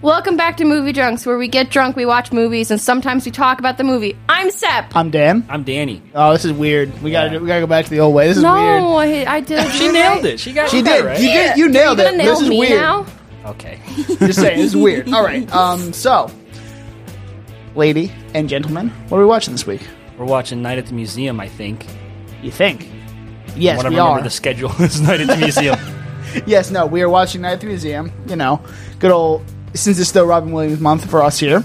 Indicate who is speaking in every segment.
Speaker 1: Welcome back to Movie Drunks, where we get drunk, we watch movies, and sometimes we talk about the movie. I'm Sep.
Speaker 2: I'm Dan.
Speaker 3: I'm Danny.
Speaker 2: Oh, this is weird. We gotta do, we gotta go back to the old way. This is weird.
Speaker 1: no, I, I did.
Speaker 3: She nailed it. She got
Speaker 2: She
Speaker 3: that
Speaker 2: did.
Speaker 3: Right?
Speaker 2: You did. You nailed
Speaker 1: You're
Speaker 2: it.
Speaker 1: gonna nail
Speaker 2: This is
Speaker 1: me
Speaker 2: weird.
Speaker 1: now.
Speaker 3: Okay.
Speaker 2: Just saying, this is weird. All right. Um. So, lady and gentlemen, what are we watching this week?
Speaker 3: We're watching Night at the Museum, I think.
Speaker 2: You think? Yes,
Speaker 3: when I
Speaker 2: we
Speaker 3: remember
Speaker 2: are.
Speaker 3: the schedule is Night at the Museum.
Speaker 2: Yes, no, we are watching Night at the Museum. You know, good old. Since it's still Robin Williams month for us here,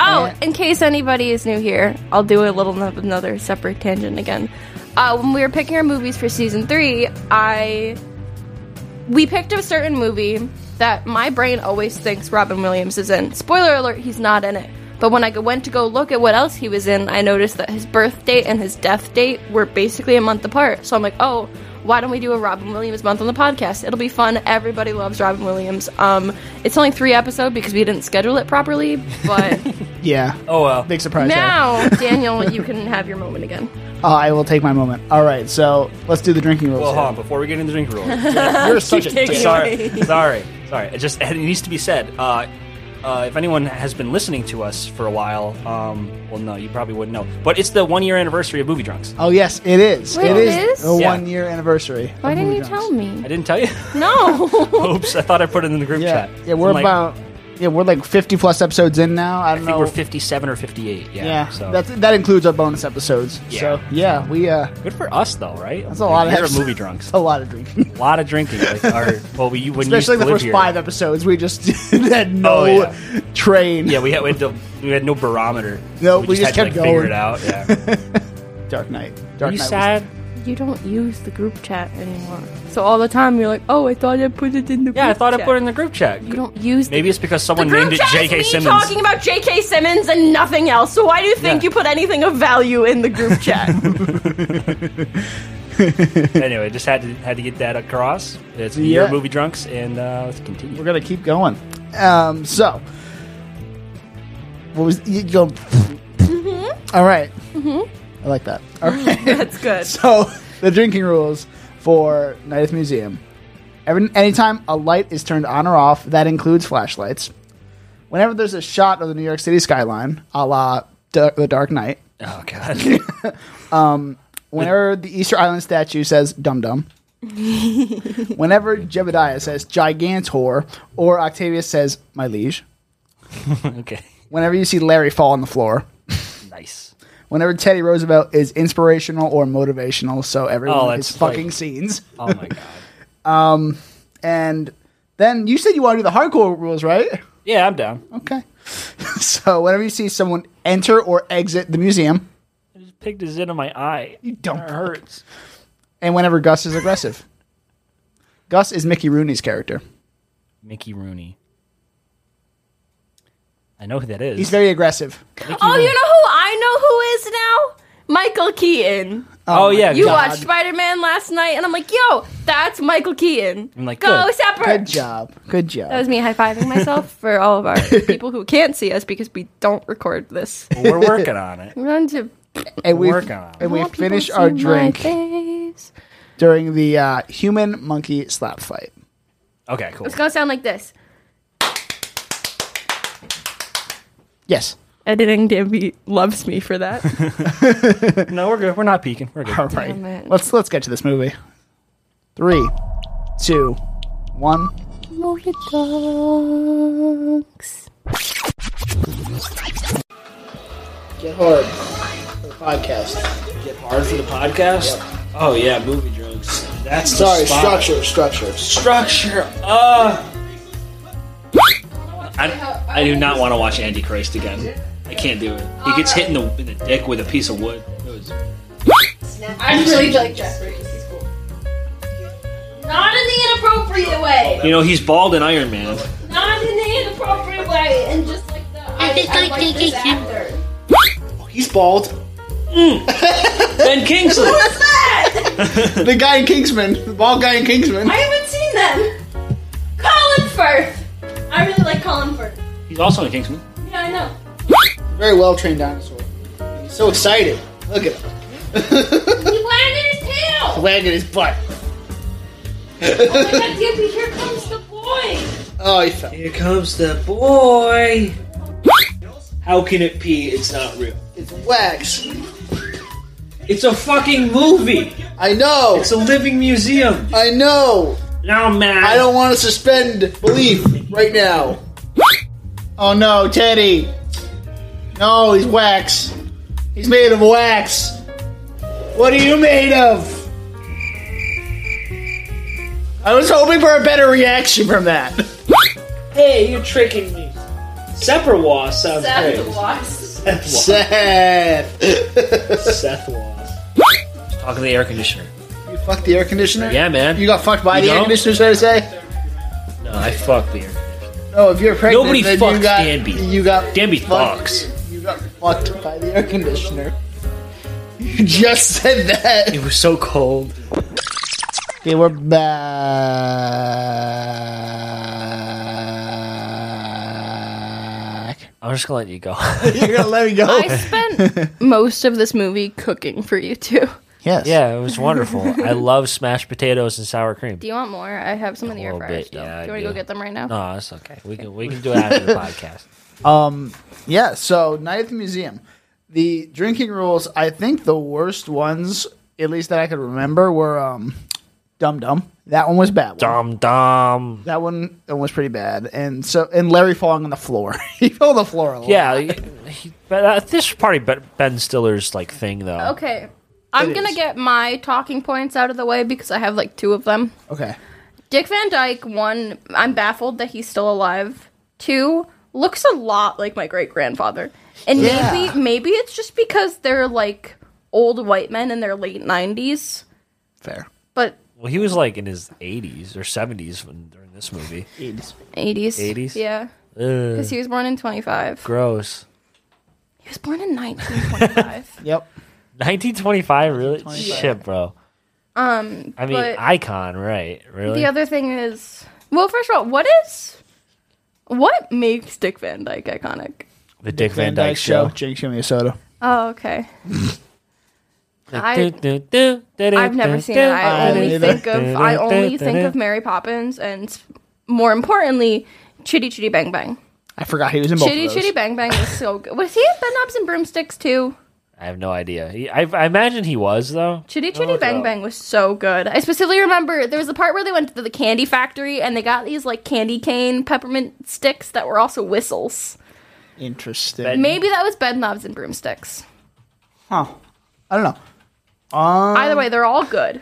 Speaker 1: Oh, in case anybody is new here, I'll do a little another separate tangent again. Uh, when we were picking our movies for season three, I we picked a certain movie that my brain always thinks Robin Williams is in. Spoiler alert: he's not in it. But when I go- went to go look at what else he was in, I noticed that his birth date and his death date were basically a month apart. So I'm like, oh, why don't we do a Robin Williams month on the podcast? It'll be fun. Everybody loves Robin Williams. Um, it's only three episode because we didn't schedule it properly, but.
Speaker 2: yeah,
Speaker 3: Oh well.
Speaker 2: big surprise. there.
Speaker 1: Now, Daniel, you can have your moment again.
Speaker 2: Uh, I will take my moment. All right, so let's do the drinking rules.
Speaker 3: Well,
Speaker 2: here.
Speaker 3: Oh, hold on. Before we get into drink rules,
Speaker 2: You're such a
Speaker 1: Keep taking
Speaker 2: dick.
Speaker 1: it.
Speaker 3: sorry, sorry, sorry. It just it needs to be said. Uh, uh, if anyone has been listening to us for a while, um, well, no, you probably wouldn't know. But it's the one year anniversary of Movie Drunks.
Speaker 2: Oh yes, it is.
Speaker 1: Wait,
Speaker 2: it
Speaker 1: it
Speaker 2: is
Speaker 1: is?
Speaker 2: the
Speaker 3: Yeah.
Speaker 2: one year anniversary.
Speaker 1: Why
Speaker 2: of
Speaker 1: didn't
Speaker 2: Movie
Speaker 1: you
Speaker 2: Drunks.
Speaker 1: tell me?
Speaker 3: I didn't tell you.
Speaker 1: No.
Speaker 3: Oops, I thought I put it in the group
Speaker 2: Yeah,
Speaker 3: chat.
Speaker 2: yeah, we're
Speaker 3: I'm like,
Speaker 2: about yeah, we're like fifty plus episodes in now. I
Speaker 3: I
Speaker 2: don't
Speaker 3: think
Speaker 2: know.
Speaker 3: we're 57 or 58. Yeah.
Speaker 2: yeah,
Speaker 3: so.
Speaker 2: that that includes our bonus episodes.
Speaker 3: Yeah.
Speaker 2: So yeah, we uh,
Speaker 3: Good for us, though, right?
Speaker 2: that's a lot
Speaker 3: These
Speaker 2: of
Speaker 3: are movie drunks.
Speaker 2: a lot of drinking.
Speaker 3: A lot of drinking. Like our, well, we, when you used to
Speaker 2: Especially like the
Speaker 3: live
Speaker 2: first
Speaker 3: here.
Speaker 2: five episodes, we just had no
Speaker 3: Oh, yeah.
Speaker 2: train.
Speaker 3: Yeah, we had, we had, to, we had no barometer.
Speaker 2: No, we just
Speaker 3: had
Speaker 2: kept
Speaker 3: to, like, Figure
Speaker 2: going.
Speaker 3: it out. Yeah.
Speaker 2: Dark Knight.
Speaker 3: Are
Speaker 2: Dark
Speaker 3: you
Speaker 2: Knight. was-
Speaker 3: sad?
Speaker 1: You don't use the group chat anymore. So all the time you're like, oh, I thought I put it in the
Speaker 3: Yeah, I
Speaker 1: group
Speaker 3: thought I
Speaker 1: chat.
Speaker 3: put it in the group chat.
Speaker 1: You don't use
Speaker 3: Maybe it's because
Speaker 1: the
Speaker 3: someone
Speaker 1: group
Speaker 3: named it
Speaker 1: chat is
Speaker 3: J.K.
Speaker 1: me
Speaker 3: Simmons.
Speaker 1: talking about J.K. Simmons and nothing else. So why do you think
Speaker 3: Yeah.
Speaker 1: you put anything of value in the group chat?
Speaker 3: anyway, just had to had to get that across. It's your
Speaker 2: Yeah.
Speaker 3: movie drunks, and uh, let's continue.
Speaker 2: We're gonna keep going. Um, so, what was you go? All right. I like that. All right.
Speaker 1: That's good.
Speaker 2: so the drinking rules for Night at the Museum. Every anytime a light is turned on or off, that includes flashlights. Whenever there's a shot of the New York City skyline, a la Da- The Dark Knight.
Speaker 3: oh god,
Speaker 2: Whenever the Easter Island statue says "dum dum," whenever Jebediah says "gigantor" or Octavius says "my liege,"
Speaker 3: okay,
Speaker 2: whenever you see Larry fall on the floor,
Speaker 3: nice.
Speaker 2: whenever Teddy Roosevelt is inspirational or motivational, so everyone
Speaker 3: Oh,
Speaker 2: his
Speaker 3: that's
Speaker 2: fucking
Speaker 3: like-
Speaker 2: scenes.
Speaker 3: Oh my god.
Speaker 2: And then you said you want to do the hardcore rules, right?
Speaker 3: Yeah, I'm down.
Speaker 2: Okay. so whenever you see someone enter or exit the museum,
Speaker 3: I just picked a zit in my eye.
Speaker 2: you don't
Speaker 3: It hurts.
Speaker 2: And whenever Gus is aggressive, Gus is Mickey Rooney's character.
Speaker 3: Mickey Rooney. I know who that is.
Speaker 2: He's very aggressive.
Speaker 1: oh, you know who I know who is now? Michael Keaton.
Speaker 3: oh yeah,
Speaker 1: You
Speaker 3: God.
Speaker 1: watched Spider Man last night, and I'm like, yo, that's Michael Keaton.
Speaker 3: I'm like,
Speaker 1: go
Speaker 3: good.
Speaker 1: Sepper.
Speaker 2: Good job. Good
Speaker 1: That was
Speaker 2: job.
Speaker 1: me high fiving myself for all of our people who can't see us because we don't record this.
Speaker 3: Well, we're working on it.
Speaker 1: We're on to
Speaker 2: And we
Speaker 3: Work on it.
Speaker 2: and we
Speaker 1: All people
Speaker 2: finish
Speaker 1: see
Speaker 2: our
Speaker 1: my
Speaker 2: drink
Speaker 1: face.
Speaker 2: during the uh, human monkey slap fight.
Speaker 3: Okay, cool.
Speaker 1: It's gonna sound like this.
Speaker 2: Yes.
Speaker 1: Editing Danby loves me for that.
Speaker 3: No, we're good. We're not peeking. We're good.
Speaker 2: All right.
Speaker 1: Damn it.
Speaker 2: Let's let's get to this movie. Three, two, one.
Speaker 1: Motor dogs.
Speaker 2: Get hard for the podcast.
Speaker 3: Get hard for the podcast. Oh yeah, movie jokes. That's
Speaker 2: Sorry, structure, structure.
Speaker 3: Structure. Uh. I, I do not want to watch Andy Christ again. I can't do it. He gets hit in the, in the dick with a piece of wood. It was-
Speaker 1: I really like Jeffrey. He's cool. Not in the inappropriate way.
Speaker 3: you know, he's bald in Iron Man.
Speaker 1: Not in the inappropriate way, and just like the. I,
Speaker 4: think I like
Speaker 1: this
Speaker 4: it can-
Speaker 1: actor.
Speaker 2: He's bald.
Speaker 3: Ben Kingsley.
Speaker 1: What's that?
Speaker 2: The guy in Kingsman, the bald guy in Kingsman.
Speaker 1: I haven't seen them. Colin Firth. I really like Colin Firth.
Speaker 3: He's also in Kingsman.
Speaker 1: Yeah, I know.
Speaker 2: Very well trained dinosaur. He's so excited. Look at him.
Speaker 1: He landed his tail.
Speaker 2: Wagging his butt.
Speaker 1: Oh my God, Gibby, here comes the boy.
Speaker 2: Oh, he fell.
Speaker 4: Here comes the boy. How can it be? It's not real.
Speaker 2: It's wax.
Speaker 4: It's a fucking movie.
Speaker 2: I know.
Speaker 4: It's a living museum.
Speaker 2: I know.
Speaker 4: Now I'm mad.
Speaker 2: I don't want to suspend belief right now. Oh no, Teddy. No, he's wax. He's made of wax. What are you made of? I was hoping for a better reaction from that.
Speaker 4: Hey, you're tricking me. Sepperwa sounds
Speaker 1: Seth
Speaker 4: great.
Speaker 1: lost.
Speaker 4: Sethwa.
Speaker 2: Sad.
Speaker 4: Sethwa.
Speaker 3: Talk to the air conditioner.
Speaker 2: you fucked the air conditioner?
Speaker 3: Yeah, man.
Speaker 2: You got fucked by
Speaker 3: You
Speaker 2: the air
Speaker 3: don't?
Speaker 2: conditioner, should I say?
Speaker 3: No, I fucked the air.
Speaker 2: No, if you're pregnant,
Speaker 3: Nobody
Speaker 2: then you
Speaker 3: fucks
Speaker 2: got,
Speaker 3: Danby.
Speaker 2: You got
Speaker 3: Danby
Speaker 2: fucked-
Speaker 3: fucks.
Speaker 2: You got fucked by the air conditioner. You just said that.
Speaker 3: It was so cold.
Speaker 2: Okay, we're back.
Speaker 3: I'm just gonna let you go.
Speaker 2: You're gonna let me go?
Speaker 1: I spent most of this movie cooking for you two.
Speaker 2: yes.
Speaker 3: yeah, it was wonderful. I love smashed potatoes and sour cream.
Speaker 1: Do you want more? I have some in the air
Speaker 2: Oh,
Speaker 3: little
Speaker 1: fryer
Speaker 3: bit,
Speaker 1: still.
Speaker 3: yeah, I
Speaker 1: do you want to
Speaker 3: do.
Speaker 1: go get them right now?
Speaker 3: No, it's okay. We can we can do it after the podcast.
Speaker 2: Yeah. So night at the museum. The drinking rules. I think the worst ones, at least that I could remember, were um, Dum Dum. That one was bad. One.
Speaker 3: Dum dum.
Speaker 2: That one, that one was pretty bad. And so, and Larry falling on the floor. he fell on the floor a lot.
Speaker 3: Yeah, he- he- but uh, this is probably Ben Ben Stiller's like thing though.
Speaker 1: Okay. I'm
Speaker 2: It
Speaker 1: going to
Speaker 2: is.
Speaker 1: get my talking points out of the way because I have like two of them.
Speaker 2: Okay.
Speaker 1: Dick Van Dyke, one, I'm baffled that he's still alive. Two, looks a lot like my great grandfather. And
Speaker 2: Yeah.
Speaker 1: maybe maybe it's just because they're like old white men in their late 90s,
Speaker 2: Fair.
Speaker 1: but
Speaker 3: Well, he was like in his 80s or 70s when, during this movie.
Speaker 1: 80s.
Speaker 3: 80s?
Speaker 1: Yeah.
Speaker 3: Ugh,
Speaker 1: Because he was born in 25.
Speaker 3: gross.
Speaker 1: he was born in 1925.
Speaker 2: Yep.
Speaker 3: 1925, really? Shit, bro. Um, I mean,
Speaker 1: but-
Speaker 3: icon, right? Really?
Speaker 1: the other thing is, well, first of all, what is. What makes Dick Van Dyke iconic?
Speaker 3: the Dick Van Dyke, Show.
Speaker 2: Jake, show me a soda.
Speaker 1: Oh, okay. I-
Speaker 3: I've
Speaker 1: I've never seen it. I
Speaker 2: I
Speaker 1: only
Speaker 2: didn't either.
Speaker 1: think of I only think of Mary Poppins and more importantly, Chitty Chitty Bang Bang.
Speaker 2: I forgot he was in both.
Speaker 1: Chitty
Speaker 2: of those.
Speaker 1: Chitty Bang Bang is so good. Was he in Bedknobs and Broomsticks too?
Speaker 3: I have no idea. He, I, I imagine he was though.
Speaker 1: Chitty
Speaker 3: I'll
Speaker 1: Chitty
Speaker 3: look it
Speaker 1: Bang
Speaker 3: up.
Speaker 1: Bang was so good. I specifically remember there was the part where they went to the candy factory and they got these like candy cane peppermint sticks that were also whistles.
Speaker 2: Interesting.
Speaker 1: Maybe that was Bedknobs and Broomsticks.
Speaker 2: Huh. I don't know.
Speaker 1: Either way, they're all good.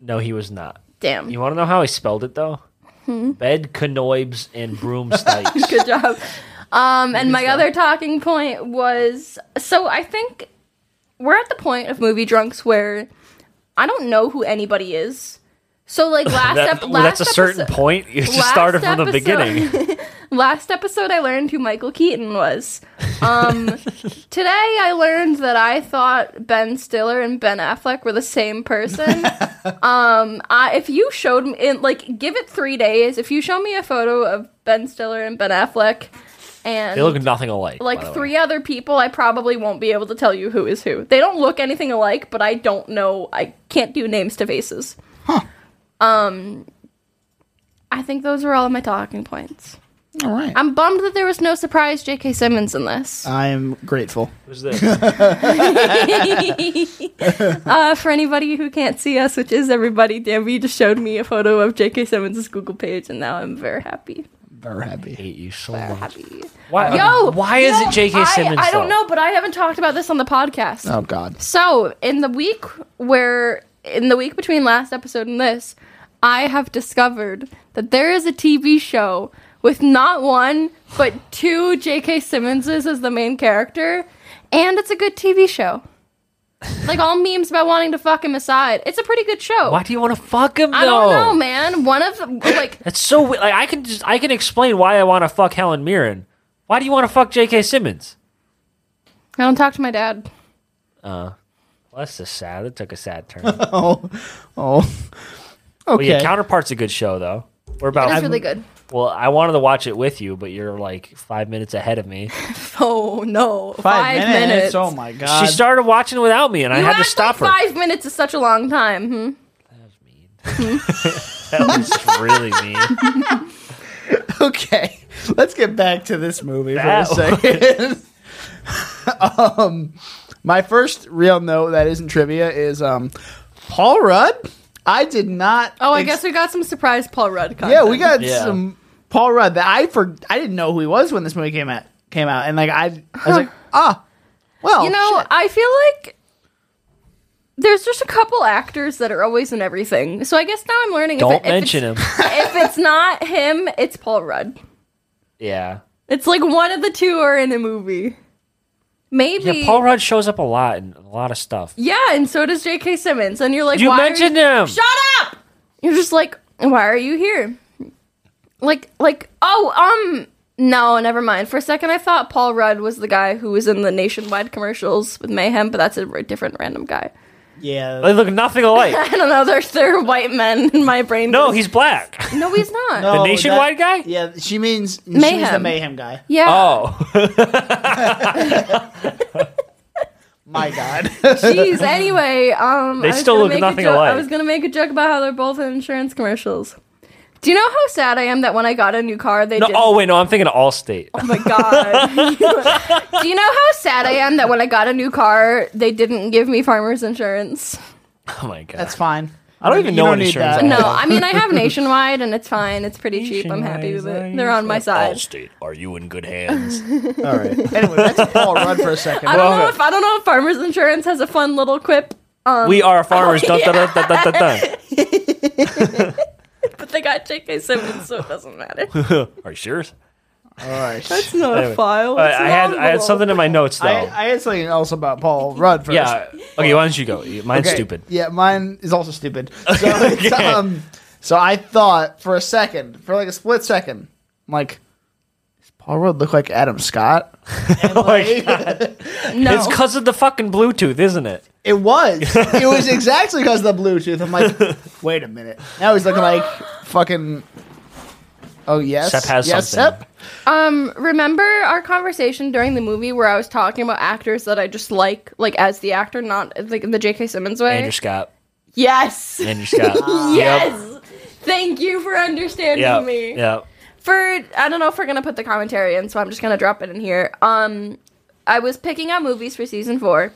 Speaker 3: No, he was not.
Speaker 1: Damn.
Speaker 3: You want to know how he spelled it though?
Speaker 1: Hmm?
Speaker 3: Bed canoibs and broomsticks.
Speaker 1: good job. Um, and my other talking point was so I think we're at the point of movie drunks where I don't know who anybody is. So like last
Speaker 3: That-
Speaker 1: ep-
Speaker 3: well,
Speaker 1: last
Speaker 3: that's a certain
Speaker 1: episode-
Speaker 3: point. You just
Speaker 1: last
Speaker 3: started from the
Speaker 1: episode-
Speaker 3: beginning.
Speaker 1: Last episode, I learned who Michael Keaton was. Um, today, I learned that I thought Ben Stiller and Ben Affleck were the same person. um, I, if you showed me, in, like, give it three days. If you show me a photo of Ben Stiller and Ben Affleck, and
Speaker 3: They look nothing alike. by the
Speaker 1: like
Speaker 3: way.
Speaker 1: three other people, I probably won't be able to tell you who is who. They don't look anything alike, but I don't know. I can't do names to faces. Um, I think those are all of my talking points.
Speaker 2: All right.
Speaker 1: I'm bummed that there was no surprise J.K. Simmons in this.
Speaker 2: I'm grateful.
Speaker 3: Who's this?
Speaker 1: Uh, for anybody who can't see us, which is everybody, Danby just showed me a photo of J.K. Simmons' Google page, and now I'm very happy.
Speaker 2: Very happy.
Speaker 3: hate you so
Speaker 1: Very
Speaker 3: much.
Speaker 1: happy.
Speaker 3: Why?
Speaker 1: Yo,
Speaker 3: why is
Speaker 1: yo,
Speaker 3: it J.K.
Speaker 1: I-
Speaker 3: Simmons?
Speaker 1: I, don't
Speaker 3: though?
Speaker 1: know, but I haven't talked about this on the podcast.
Speaker 2: Oh God.
Speaker 1: So, in the week where, in the week between last episode and this, I have discovered that there is a TV show with not one, but two J.K. Simmonses as the main character, and it's a good TV show. Like all memes about wanting to fuck him aside. It's a pretty good show.
Speaker 3: Why do you want to fuck him? Though?
Speaker 1: I don't know, man. One of the, like,
Speaker 3: That's so. we- Like I can just I can explain why I want to fuck Helen Mirren. Why do you want to fuck J.K. Simmons?
Speaker 1: I don't talk to my dad.
Speaker 3: Well, that's just sad. It took a sad turn. Well,
Speaker 2: Oh. Okay.
Speaker 3: yeah, Counterpart's a good show though. We're about.
Speaker 1: It's really good.
Speaker 3: Well, I wanted to watch it with you, but you're like five minutes ahead of me.
Speaker 1: Oh no, five,
Speaker 2: Oh my God.
Speaker 3: she started watching without me, and I
Speaker 1: You
Speaker 3: had to
Speaker 1: act
Speaker 3: stop her.
Speaker 1: like Five minutes is such a long time. Hmm?
Speaker 3: That was really mean.
Speaker 2: okay, let's get back to this movie
Speaker 3: That
Speaker 2: for a second. um, my first real note that isn't trivia is um, Paul Rudd. I did not.
Speaker 1: Oh, I
Speaker 2: ex-
Speaker 1: guess we got some surprise Paul Rudd content.
Speaker 2: Yeah, we got
Speaker 3: Yeah.
Speaker 2: some Paul Rudd that I for I didn't know who he was when this movie came out came out, and like I, I was like, ah, well,
Speaker 1: You know,
Speaker 2: shit.
Speaker 1: I feel like there's just a couple actors that are always in everything. So I guess now I'm learning.
Speaker 3: Don't
Speaker 1: if it,
Speaker 3: mention
Speaker 1: if
Speaker 3: him.
Speaker 1: it's, if it's not him, it's Paul Rudd.
Speaker 3: Yeah.
Speaker 1: It's like one of the two are in a movie. Maybe.
Speaker 3: Yeah, Paul Rudd shows up a lot in a lot of stuff.
Speaker 1: Yeah, and so does J.K. Simmons. And you're like,
Speaker 3: You
Speaker 1: why are
Speaker 3: mentioned
Speaker 1: you-
Speaker 3: him.
Speaker 1: Shut up! You're just like, why are you here? Like, like, oh, um, no, never mind. For a second, I thought Paul Rudd was the guy who was in the nationwide commercials with Mayhem, but that's a r- different random guy.
Speaker 2: yeah,
Speaker 3: They look nothing alike.
Speaker 1: I don't know. They're they're white men in my brain.
Speaker 3: No,
Speaker 1: goes-
Speaker 3: he's black.
Speaker 1: no, he's not.
Speaker 2: No,
Speaker 3: Nationwide guy?
Speaker 2: Yeah, she means she means the
Speaker 1: Mayhem.
Speaker 2: mayhem guy.
Speaker 1: Yeah.
Speaker 3: Oh,
Speaker 2: My God,
Speaker 1: Jeez. Anyway, um,
Speaker 3: They
Speaker 1: I was
Speaker 3: still
Speaker 1: gonna
Speaker 3: look
Speaker 1: make a
Speaker 3: nothing
Speaker 1: joke-
Speaker 3: alike.
Speaker 1: I was gonna make a joke about how they're both in insurance commercials. Do you know how sad I am that when I got a new car, they
Speaker 3: no,
Speaker 1: didn't
Speaker 3: oh wait, no, I'm thinking of Allstate.
Speaker 1: Oh my god. Do you know how sad I am that when I got a new car, they didn't give me farmers insurance?
Speaker 3: Oh my god,
Speaker 2: that's fine.
Speaker 3: I don't even
Speaker 2: You
Speaker 3: know
Speaker 2: don't
Speaker 3: what
Speaker 2: need
Speaker 3: insurance.
Speaker 2: that.
Speaker 3: I
Speaker 1: No,
Speaker 3: have.
Speaker 1: I mean I have Nationwide and it's fine. It's pretty cheap. I'm happy with it. They're on my side.
Speaker 3: Allstate, are you in good hands?
Speaker 2: All right. Anyway, that's Paul Rudd for a second.
Speaker 1: I don't know
Speaker 3: Well- uh,
Speaker 1: if I don't know if farmers insurance has a fun little quip,
Speaker 3: we are farmers. Dun, dun, dun, dun, dun, dun,
Speaker 1: but they got J.K. Simmons, so it doesn't matter.
Speaker 3: dun. are you sure?
Speaker 2: All right.
Speaker 1: It's not a file.
Speaker 3: I,
Speaker 1: It's
Speaker 3: I had I had
Speaker 1: nominal.
Speaker 3: something in my notes though.
Speaker 2: I, I had something else about Paul Rudd first.
Speaker 3: yeah. Okay, why don't you go? Mine's
Speaker 2: Okay.
Speaker 3: stupid.
Speaker 2: Yeah, mine is also stupid. So, it's, um, so I thought for a second, for like a split second, I'm like, does Paul Rudd look like Adam Scott?
Speaker 1: No.
Speaker 3: It's because of the fucking Bluetooth, isn't it?
Speaker 2: It was. It was exactly because of the Bluetooth. I'm like, wait a minute. Now he's looking like fucking. Oh yes,
Speaker 3: Sep has
Speaker 2: yes,
Speaker 3: something.
Speaker 2: Sep.
Speaker 1: Um, remember our conversation during the movie where I was talking about actors that I just like, like as the actor, not like in the J.K. Simmons way.
Speaker 3: Andrew Scott.
Speaker 1: Yes.
Speaker 3: Andrew Scott.
Speaker 1: yes. Thank you for understanding
Speaker 3: Yep.
Speaker 1: me.
Speaker 3: Yep. Yep.
Speaker 1: For I don't know if we're gonna put the commentary in, so I'm just gonna drop it in here. Um, I was picking out movies for season four,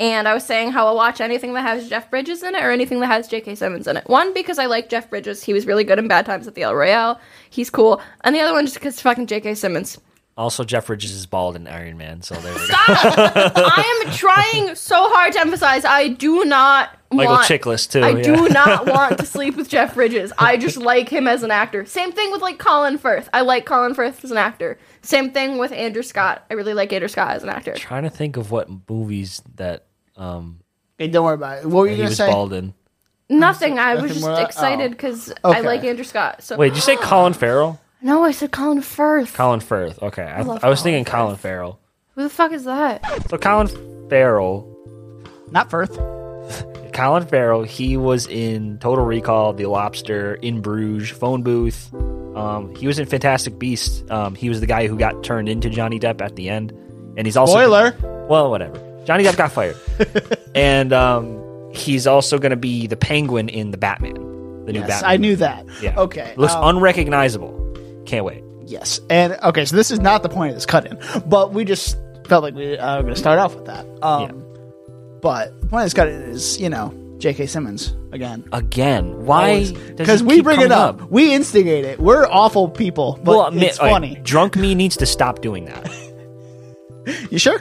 Speaker 1: and I was saying how I'll watch anything that has Jeff Bridges in it or anything that has J.K. Simmons in it. One because I like Jeff Bridges; he was really good in Bad Times at the El Royale. He's cool, and the other one just because fucking J.K. Simmons.
Speaker 3: Also, Jeff Bridges is bald in Iron Man, so there we go.
Speaker 1: I am trying so hard to emphasize I do not
Speaker 3: Michael
Speaker 1: want
Speaker 3: Chiklis too.
Speaker 1: I
Speaker 3: yeah.
Speaker 1: do not want to sleep with Jeff Bridges. I just like him as an actor. Same thing with like Colin Firth. I like Colin Firth as an actor. Same thing with Andrew Scott. I really like Andrew Scott as an actor.
Speaker 3: Trying to think of what movies that um
Speaker 2: Hey, don't worry about it. What were you
Speaker 3: he
Speaker 2: gonna
Speaker 3: was
Speaker 2: say?
Speaker 3: bald in.
Speaker 1: Nothing. I was
Speaker 2: Nothing
Speaker 1: just
Speaker 2: more-
Speaker 1: excited because I
Speaker 2: Okay.
Speaker 1: like Andrew Scott. So
Speaker 3: Oh. Wait, did you say Colin Farrell?
Speaker 1: no, I said Colin Firth.
Speaker 3: Colin Firth. Okay, I, I, was
Speaker 1: love
Speaker 3: thinking Colin Farrell.
Speaker 1: Who the fuck is that?
Speaker 3: So Colin Farrell,
Speaker 2: Not Firth.
Speaker 3: Colin Farrell, he was in Total Recall, The Lobster, In Bruges, Phone Booth. Um, he was in Fantastic Beasts. Um, he was the guy who got turned into Johnny Depp at the end, and he's also
Speaker 2: Spoiler.
Speaker 3: Well, whatever. Johnny Depp got fired, and um, he's also going to be the Penguin in the Batman, the new
Speaker 2: Yes,
Speaker 3: Batman.
Speaker 2: I knew that.
Speaker 3: Yeah.
Speaker 2: Okay.
Speaker 3: Looks
Speaker 2: um,
Speaker 3: unrecognizable. Can't wait.
Speaker 2: Yes. And okay, so this is not the point of this cut in, but we just felt like we uh, were going to start off with that. Um, But the point of this cut in is, you know, J.K. Simmons again.
Speaker 3: Again, why?
Speaker 2: Always.
Speaker 3: Because
Speaker 2: we bring it up. We instigate it. We're awful people, but
Speaker 3: well,
Speaker 2: it's
Speaker 3: admit-
Speaker 2: funny.
Speaker 3: alright, drunk me needs to stop doing that.
Speaker 2: You sure?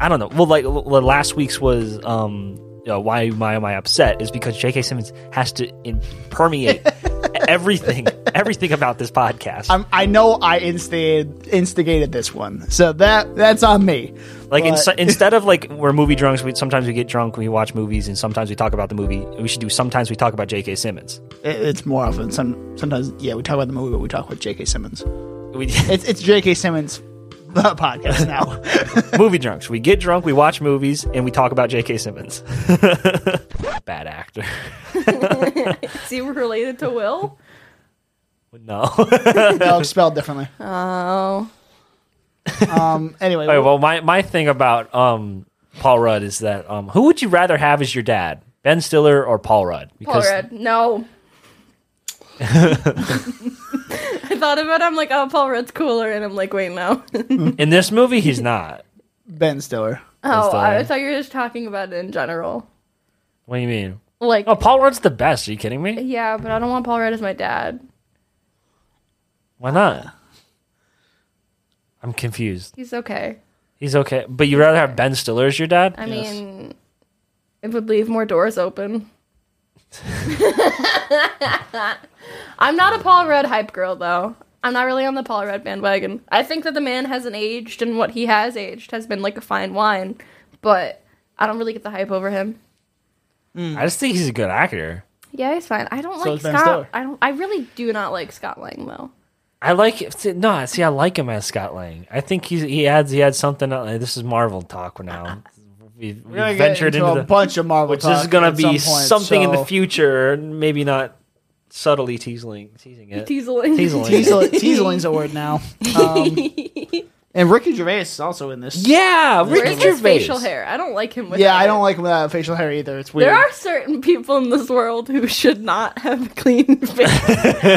Speaker 3: I don't know. Well, like l- l- last week's was um, you know, why why am I upset? Is because J.K. Simmons has to in- permeate everything everything about this podcast.
Speaker 2: I'm, I know I instigated, instigated this one, so that that's on me.
Speaker 3: like in,
Speaker 2: but-
Speaker 3: instead of like we're movie drunks, we sometimes we get drunk, we watch movies, and sometimes we talk about the movie. We should do sometimes we talk about J.K. Simmons.
Speaker 2: It, it's more often some sometimes. Yeah, we talk about the movie, but we talk about J.K. Simmons.
Speaker 3: We,
Speaker 2: It's it's J.K. Simmons uh, podcast now.
Speaker 3: movie drunks. We get drunk, we watch movies, and we talk about J.K. Simmons. Bad actor.
Speaker 1: Is he related to Will?
Speaker 3: No.
Speaker 2: no, spelled differently.
Speaker 1: Oh.
Speaker 2: Um. Anyway,
Speaker 3: All right, well, my, my thing about um, Paul Rudd is that um, who would you rather have as your dad, Ben Stiller or Paul Rudd?
Speaker 1: Paul
Speaker 3: Because
Speaker 1: Rudd. No. I thought about it, I'm like, oh, Paul Rudd's cooler, and I'm like, wait, no.
Speaker 3: In this movie, he's not.
Speaker 2: Ben Stiller.
Speaker 1: oh, I
Speaker 3: Stiller.
Speaker 1: thought you were just talking about it in general.
Speaker 3: What do you mean?
Speaker 1: Like,
Speaker 3: Oh, Paul Rudd's the best. Are you kidding me?
Speaker 1: yeah, but I don't want Paul Rudd as my dad.
Speaker 3: Why not? I'm confused.
Speaker 1: He's okay.
Speaker 3: He's okay, but you'd rather have Ben Stiller as your dad?
Speaker 1: I mean, it would leave more doors open. I'm not a Paul Rudd hype girl, though. I'm not really on the Paul Rudd bandwagon. I think that the man hasn't aged, and what he has aged has been like a fine wine, but I don't really get the hype over him.
Speaker 3: I just think he's a good actor.
Speaker 1: Yeah, he's fine. I don't
Speaker 2: So
Speaker 1: like
Speaker 2: is Ben
Speaker 1: Scott.
Speaker 2: Stiller.
Speaker 1: I don't. I really do not like Scott Lang though.
Speaker 3: I like see, no, see, I like him as Scott Lang. I think he's he adds he adds something. Else. This is Marvel talk now. We, we
Speaker 2: We're gonna get
Speaker 3: ventured
Speaker 2: into,
Speaker 3: into,
Speaker 2: a
Speaker 3: the,
Speaker 2: bunch of Marvel.
Speaker 3: which this is
Speaker 2: talk
Speaker 3: gonna
Speaker 2: at
Speaker 3: be
Speaker 2: some point,
Speaker 3: something in the
Speaker 2: so-
Speaker 3: future, maybe not subtly teasing teasing it.
Speaker 1: Teasling.
Speaker 3: Teasling.
Speaker 2: Teasel- Teasling's a word now. Um, and Ricky Gervais is also in this.
Speaker 3: Yeah, Ricky
Speaker 1: Where's his
Speaker 3: Gervais.
Speaker 1: facial hair? I don't like him with.
Speaker 2: Yeah, I
Speaker 1: it.
Speaker 2: don't like uh, facial hair either. It's weird.
Speaker 1: There are certain people in this world who should not have clean face.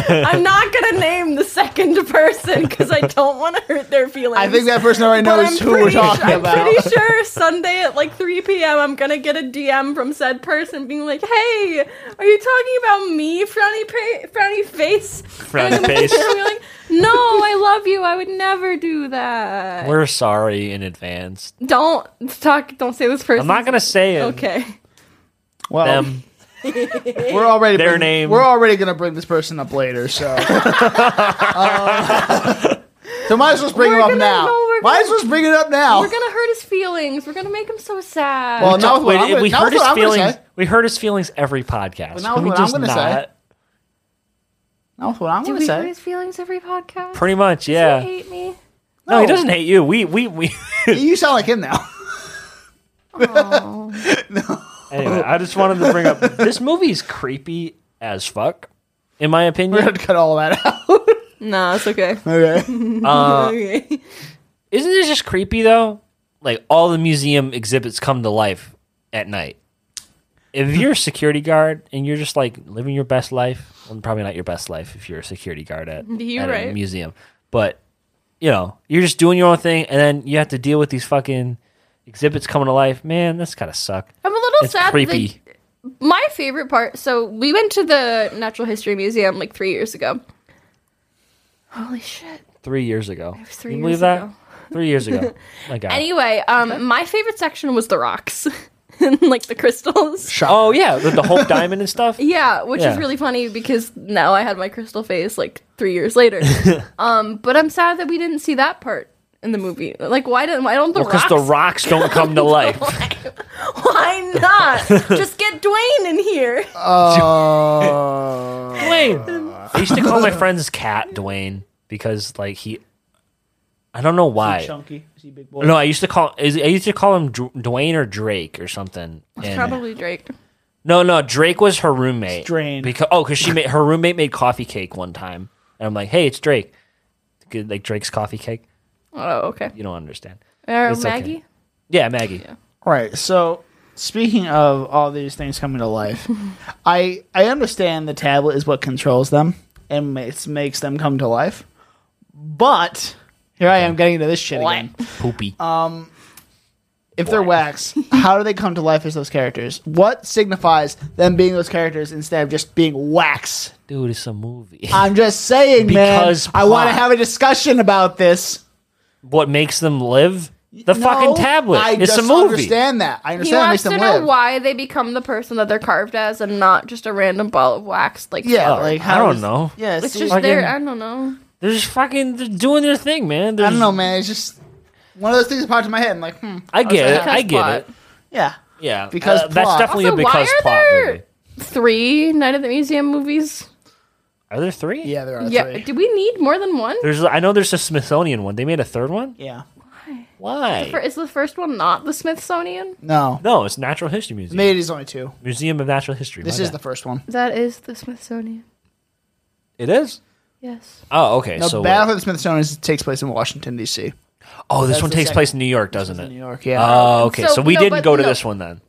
Speaker 1: I'm not gonna name the second person because I don't want to hurt their feelings.
Speaker 2: I think that person already
Speaker 1: But
Speaker 2: knows who we're
Speaker 1: pretty
Speaker 2: talking
Speaker 1: sure,
Speaker 2: about.
Speaker 1: I'm pretty sure Sunday at like 3 p.m. I'm gonna get a DM from said person being like, "Hey, are you talking about me, frowny, pa- frowny face?"
Speaker 3: Frowny
Speaker 1: And I'm
Speaker 3: face.
Speaker 1: gonna be like, "No, I love you. I would never do that.
Speaker 3: We're sorry in advance.
Speaker 1: don't talk. Don't say this person.
Speaker 3: I'm not gonna say it.
Speaker 1: Okay.
Speaker 2: Well,
Speaker 3: Them.
Speaker 2: we're already
Speaker 3: Their
Speaker 2: bring-
Speaker 3: name.
Speaker 2: We're already gonna bring this person up later, so. Um, so might as well just bring
Speaker 1: We're
Speaker 2: him up
Speaker 1: gonna-
Speaker 2: now.
Speaker 1: no, we're
Speaker 2: might as
Speaker 1: gonna-
Speaker 2: well just bring it up now.
Speaker 1: We're gonna hurt his feelings. We're gonna make him so sad.
Speaker 2: Well, now with what
Speaker 3: Wait,
Speaker 2: I'm gonna-
Speaker 3: we
Speaker 2: now
Speaker 3: hurt
Speaker 2: with
Speaker 3: his
Speaker 2: what I'm gonna
Speaker 3: feelings.
Speaker 2: say.
Speaker 3: We hurt his feelings every podcast.
Speaker 2: Well, now
Speaker 3: Can we
Speaker 2: what I'm
Speaker 3: just
Speaker 2: gonna say.
Speaker 3: not?
Speaker 2: Now what I'm
Speaker 1: Do
Speaker 2: gonna
Speaker 1: we
Speaker 2: say.
Speaker 1: hurt his feelings every podcast?
Speaker 3: Pretty much,
Speaker 1: Does
Speaker 3: yeah.
Speaker 1: he hate me?
Speaker 3: no, he doesn't hate you. We we we.
Speaker 2: You sound like him now.
Speaker 1: Oh.
Speaker 3: anyway, I just wanted to bring up this movie's creepy as fuck, in my
Speaker 2: We're
Speaker 3: opinion.
Speaker 2: gonna cut all that out.
Speaker 1: no, it's okay.
Speaker 2: Okay.
Speaker 3: Uh,
Speaker 1: okay.
Speaker 3: Isn't it just creepy though? Like all the museum exhibits come to life at night.
Speaker 1: Hmm.
Speaker 3: If you're a security guard and you're just like living your best life, well, probably not your best life if you're a security guard at,
Speaker 1: You're
Speaker 3: at a
Speaker 1: right.
Speaker 3: museum, but you know you're just doing your own thing, and then you have to deal with these fucking exhibits coming to life. Man, that's gotta suck.
Speaker 1: I'm a little
Speaker 3: It's
Speaker 1: sad. that they-
Speaker 3: creepy.
Speaker 1: my favorite part. So we went to the Natural History Museum like three years ago. Holy shit!
Speaker 3: Three years ago,
Speaker 1: three
Speaker 3: Can you
Speaker 1: years
Speaker 3: believe that?
Speaker 1: ago.
Speaker 3: Three years ago. My God.
Speaker 1: Anyway, um, my favorite section was the rocks and like the crystals.
Speaker 3: Oh yeah, with the Hope Diamond and stuff.
Speaker 1: Yeah, which
Speaker 3: Yeah.
Speaker 1: is really funny because now I had my crystal face like three years later. um, but I'm sad that we didn't see that part in the movie. Like, why didn't why don't the
Speaker 3: Because
Speaker 1: rocks?
Speaker 3: the rocks don't come to life.
Speaker 1: why not? Just get Dwayne in here.
Speaker 2: Uh,
Speaker 3: Dwayne. I used to call my friend's cat Dwayne because like he, I don't know why.
Speaker 2: chunky. Is he big boy?
Speaker 3: No, I used to call is I used to call him Dr- Dwayne or Drake or something. And-
Speaker 1: Probably Drake.
Speaker 3: no, no, Drake was her roommate.
Speaker 2: Drain.
Speaker 3: Because oh, because she made her roommate made coffee cake one time, and I'm like, hey, it's Drake. Good, like Drake's coffee cake.
Speaker 1: Oh, okay.
Speaker 3: You don't understand.
Speaker 1: Or
Speaker 3: It's okay.
Speaker 1: Maggie.
Speaker 3: Yeah, Maggie.
Speaker 2: Right. So speaking of all these things coming to life, I I understand the tablet is what controls them and makes makes them come to life. But here I am getting into this shit again.
Speaker 3: Poopy.
Speaker 2: Uh, If they're wax, how do they come to life as those characters? What signifies them being those characters instead of just being wax?
Speaker 3: Dude, it's a movie.
Speaker 2: I'm just saying, man.
Speaker 3: Because
Speaker 2: I want to
Speaker 3: plot.
Speaker 2: have a discussion about this.
Speaker 3: what makes them live? The
Speaker 2: No,
Speaker 3: fucking tablet.
Speaker 2: I
Speaker 3: it's
Speaker 2: just
Speaker 3: a movie.
Speaker 2: understand that. I
Speaker 1: He
Speaker 2: understand it
Speaker 1: wants
Speaker 2: makes
Speaker 1: to
Speaker 2: them
Speaker 1: know
Speaker 2: live.
Speaker 1: why they become the person that they're carved as and not just a random ball of wax. Like,
Speaker 2: Yeah,
Speaker 1: forever.
Speaker 2: like
Speaker 3: Oh, I
Speaker 2: how
Speaker 3: don't
Speaker 2: is-
Speaker 3: know.
Speaker 2: Yeah,
Speaker 1: it's
Speaker 2: see-
Speaker 1: just
Speaker 3: Fucking-
Speaker 1: there. I don't know.
Speaker 3: They're just fucking they're doing their thing, man. They're
Speaker 2: I don't
Speaker 3: just-
Speaker 1: Hmm.
Speaker 2: know, man. It's just one of those things that popped in my head. I'm like, hmm,
Speaker 3: I get it.
Speaker 1: Because
Speaker 3: I get
Speaker 1: plot.
Speaker 3: it.
Speaker 2: yeah.
Speaker 3: Yeah,
Speaker 2: Because
Speaker 3: uh, that's
Speaker 2: plot.
Speaker 3: definitely
Speaker 1: Also,
Speaker 3: a because
Speaker 1: why are
Speaker 3: plot.
Speaker 1: there
Speaker 3: movie.
Speaker 1: three Night at the Museum movies?
Speaker 3: Are there three?
Speaker 2: Yeah, there are
Speaker 1: yeah.
Speaker 2: three.
Speaker 1: Do we need more than one?
Speaker 3: There's. I know there's a Smithsonian one. They made a third one.
Speaker 2: yeah.
Speaker 3: Why?
Speaker 1: Fir- Is the first one not the Smithsonian?
Speaker 2: No.
Speaker 3: no, it's Natural History Museum.
Speaker 2: Maybe it is only two.
Speaker 3: Museum of Natural History.
Speaker 2: This
Speaker 3: my
Speaker 2: is the
Speaker 3: bad.
Speaker 2: first one.
Speaker 1: That is the Smithsonian.
Speaker 3: It is.
Speaker 1: Yes.
Speaker 3: Oh, okay.
Speaker 2: No,
Speaker 3: so
Speaker 2: Battle for the Smithsonian is- takes place in Washington, D.C.
Speaker 3: oh, this
Speaker 2: That's
Speaker 3: one
Speaker 2: the
Speaker 3: takes
Speaker 2: second-
Speaker 3: place in New York, doesn't
Speaker 2: New
Speaker 3: it?
Speaker 2: York, yeah.
Speaker 3: Oh, okay.
Speaker 1: Um, So,
Speaker 3: So, we
Speaker 1: no,
Speaker 3: didn't
Speaker 1: but
Speaker 3: go to
Speaker 1: no.
Speaker 3: this one then.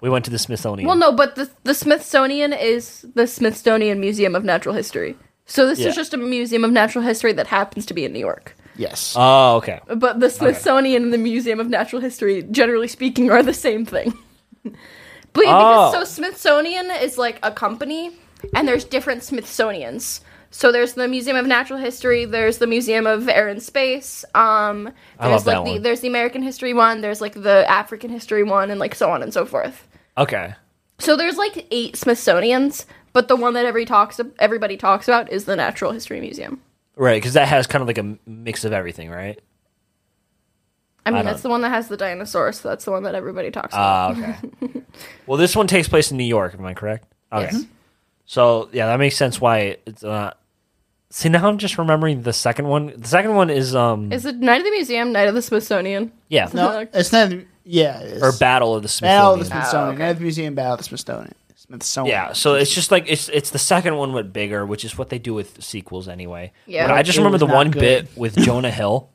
Speaker 3: We went to the Smithsonian.
Speaker 1: Well, no, but the the Smithsonian is the Smithsonian Museum of Natural History. So this
Speaker 3: Yeah.
Speaker 1: is just a museum of natural history that happens to be in New York.
Speaker 2: Yes.
Speaker 3: Oh, okay.
Speaker 1: But the Smithsonian and the Museum of Natural History, generally speaking, are the same thing. but yeah, because
Speaker 3: Oh.
Speaker 1: so Smithsonian is like a company, and there's different Smithsonians. So there's the Museum of Natural History, there's the Museum of Air and Space, um, there's
Speaker 3: I love
Speaker 1: like
Speaker 3: that
Speaker 1: the
Speaker 3: one.
Speaker 1: there's the American History one, there's like the African History one, and like so on and so forth.
Speaker 3: Okay.
Speaker 1: So there's like eight Smithsonians, but the one that every talks everybody talks about is the Natural History Museum.
Speaker 3: Right, because that has kind of like a m- mix of everything, right?
Speaker 1: I mean,
Speaker 3: don't-
Speaker 1: that's the one that has the dinosaurs. So that's the one that everybody talks about.
Speaker 3: Ah, okay. well, this one takes place in New York. Am I correct? Okay. Mm-hmm.
Speaker 1: Yes.
Speaker 3: So yeah, that makes sense. Why it's not. See, now I'm just remembering the second one. The second one is um
Speaker 1: Is it Night of the Museum, Night of the Smithsonian?
Speaker 3: yeah
Speaker 2: no, it's not. Yeah. It's
Speaker 3: or Battle of the Smithsonian.
Speaker 2: Battle of the Smithsonian.
Speaker 1: Oh, okay.
Speaker 2: Night of the Museum Battle of the Smithsonian. Smithsonian.
Speaker 3: Yeah, so it's just like it's it's the second one but bigger, which is what they do with sequels anyway.
Speaker 1: Yeah.
Speaker 3: But I just
Speaker 2: It
Speaker 3: remember
Speaker 2: was
Speaker 3: the
Speaker 2: not
Speaker 3: one
Speaker 2: good.
Speaker 3: bit with Jonah Hill.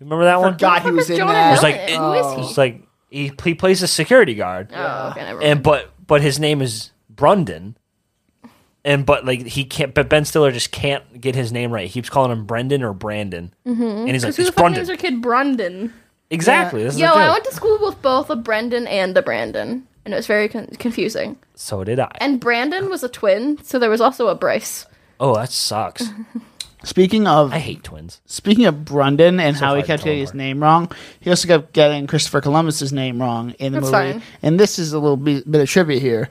Speaker 3: Remember that one?
Speaker 2: God, he
Speaker 1: Who the
Speaker 2: was
Speaker 1: fuck is
Speaker 2: in
Speaker 1: Jonah
Speaker 2: that.
Speaker 1: Hill?
Speaker 3: It's like-
Speaker 1: in it? Who is he?
Speaker 3: It's like he, he plays a security guard,
Speaker 1: Oh, okay, never
Speaker 3: and
Speaker 1: mind.
Speaker 3: but but his name is Brundon, and but like he can't. But Ben Stiller just can't get his name right. He keeps calling him Brendan or Brandon, and he's like,
Speaker 1: Mm-hmm. Who
Speaker 3: it's
Speaker 1: the fuck names
Speaker 3: Brundon.
Speaker 1: their kid Brundon?
Speaker 3: exactly. This is
Speaker 1: Yo,
Speaker 3: the
Speaker 1: I
Speaker 3: thing.
Speaker 1: went to school with both a Brendan and a Brandon, and it was very con- confusing.
Speaker 3: so did I.
Speaker 1: And Brandon was a twin, so there was also a Bryce.
Speaker 3: oh, that sucks.
Speaker 1: Mm-hmm.
Speaker 2: Speaking of
Speaker 3: I hate twins.
Speaker 2: Speaking of Brundon and how he
Speaker 3: far,
Speaker 2: kept getting
Speaker 3: Colin
Speaker 2: his name wrong, he also kept getting Christopher Columbus's name wrong in the
Speaker 1: That's
Speaker 2: movie.
Speaker 1: fine.
Speaker 2: And this is a little bit, bit of trivia here.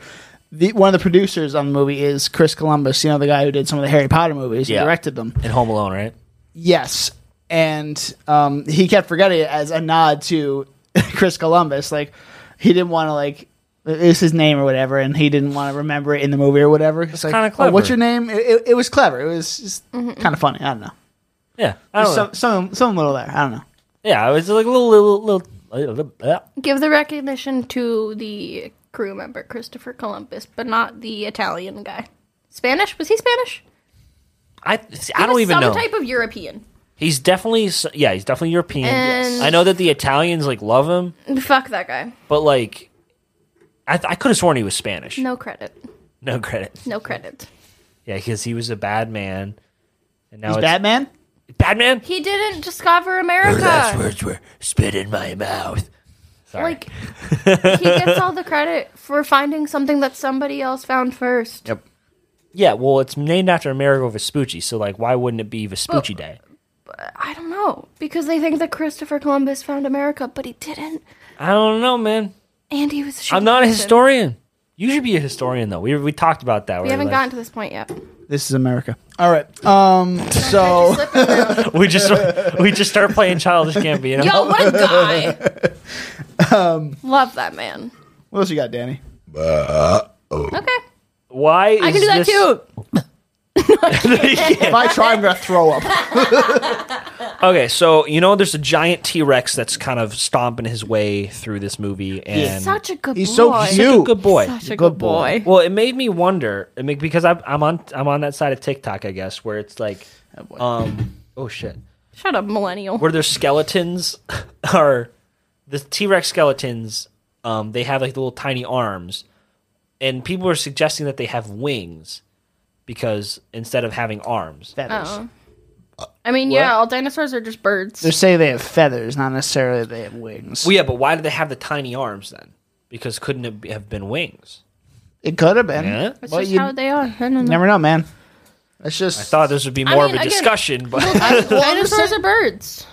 Speaker 2: The, one of the producers on the movie is Chris Columbus, you know, the guy who did some of the Harry Potter movies.
Speaker 3: Yeah.
Speaker 2: He directed them.
Speaker 3: In Home Alone, right?
Speaker 2: Yes. And um, he kept forgetting it as a nod to Chris Columbus. Like, he didn't want to, like, it was his name or whatever, and he didn't want to remember it in the movie or whatever. It's like,
Speaker 3: kinda
Speaker 2: "Oh, what's
Speaker 3: clever.
Speaker 2: your name? It, it, it was clever. It was just
Speaker 1: Mm-hmm.
Speaker 2: kind of funny. I don't know.
Speaker 3: Yeah, I don't know.
Speaker 2: Some, some, some little there. I don't know.
Speaker 3: yeah, it was like a little little little. little uh,
Speaker 1: Give the recognition to the crew member, Christopher Columbus, but not the Italian guy. Spanish? Was he Spanish?
Speaker 3: I see, I don't
Speaker 1: was some
Speaker 3: even know.
Speaker 1: type of European.
Speaker 3: He's definitely s- yeah, he's definitely European.
Speaker 1: And-
Speaker 3: I know that the Italians like love him,
Speaker 1: Fuck that guy.
Speaker 3: but like I, th- I could have sworn he was Spanish.
Speaker 1: No credit.
Speaker 3: No credit.
Speaker 1: No credit.
Speaker 3: Yeah, because he was a bad man. And now
Speaker 2: He's
Speaker 3: it's
Speaker 2: Batman?
Speaker 3: bad man.
Speaker 1: He didn't discover America.
Speaker 3: words were spit in my mouth. Sorry.
Speaker 1: Like he gets all the credit for finding something that somebody else found first.
Speaker 3: yeah, well, it's named after Amerigo Vespucci, so like, why wouldn't it be Vespucci Day?
Speaker 1: I don't know because they think that Christopher Columbus found America, but he didn't,
Speaker 3: I don't know, man.
Speaker 1: and he was. A
Speaker 3: I'm not a
Speaker 1: shitty person.
Speaker 3: historian. You should be a historian, though. We we talked about that.
Speaker 1: We haven't gotten to this point yet.
Speaker 2: This is America. All right. Um. So
Speaker 3: gotten. We just we just start playing childish Gambino.
Speaker 1: Yo, what a guy! Love that man.
Speaker 2: what else you got, Danny?
Speaker 1: Okay,
Speaker 3: Why? Is
Speaker 1: I can do that
Speaker 3: this-
Speaker 1: too.
Speaker 2: If I try, I'm gonna throw up.
Speaker 3: Okay, so you know there's a giant T Rex that's kind of stomping his way through this movie, and
Speaker 1: Such a good
Speaker 2: He's so
Speaker 1: boy.
Speaker 2: cute.
Speaker 3: Such a good boy.
Speaker 1: Such a
Speaker 2: good
Speaker 1: good boy.
Speaker 3: Well, it made me wonder. I mean, because I'm, I'm on I'm on that side of TikTok, I guess, where it's like, um, oh shit,
Speaker 1: Shut up, millennial.
Speaker 3: where their skeletons are the T Rex skeletons. Um, they have like little tiny arms, and people are suggesting that they have wings because instead of having arms,
Speaker 2: Feathers.
Speaker 1: Oh. I mean, yeah, all dinosaurs are just birds.
Speaker 2: They say they have feathers, not necessarily they have wings.
Speaker 3: well, yeah, but why do they have the tiny arms then? Because couldn't it be- have been wings?
Speaker 2: it could have been.
Speaker 3: Yeah.
Speaker 1: That's
Speaker 2: Well,
Speaker 1: just
Speaker 2: you
Speaker 1: how they are. I don't know.
Speaker 2: never know, man. That's just.
Speaker 3: I thought this would be
Speaker 1: I
Speaker 3: more
Speaker 1: mean,
Speaker 3: of a
Speaker 1: again-
Speaker 3: discussion, but
Speaker 1: dinosaurs are birds.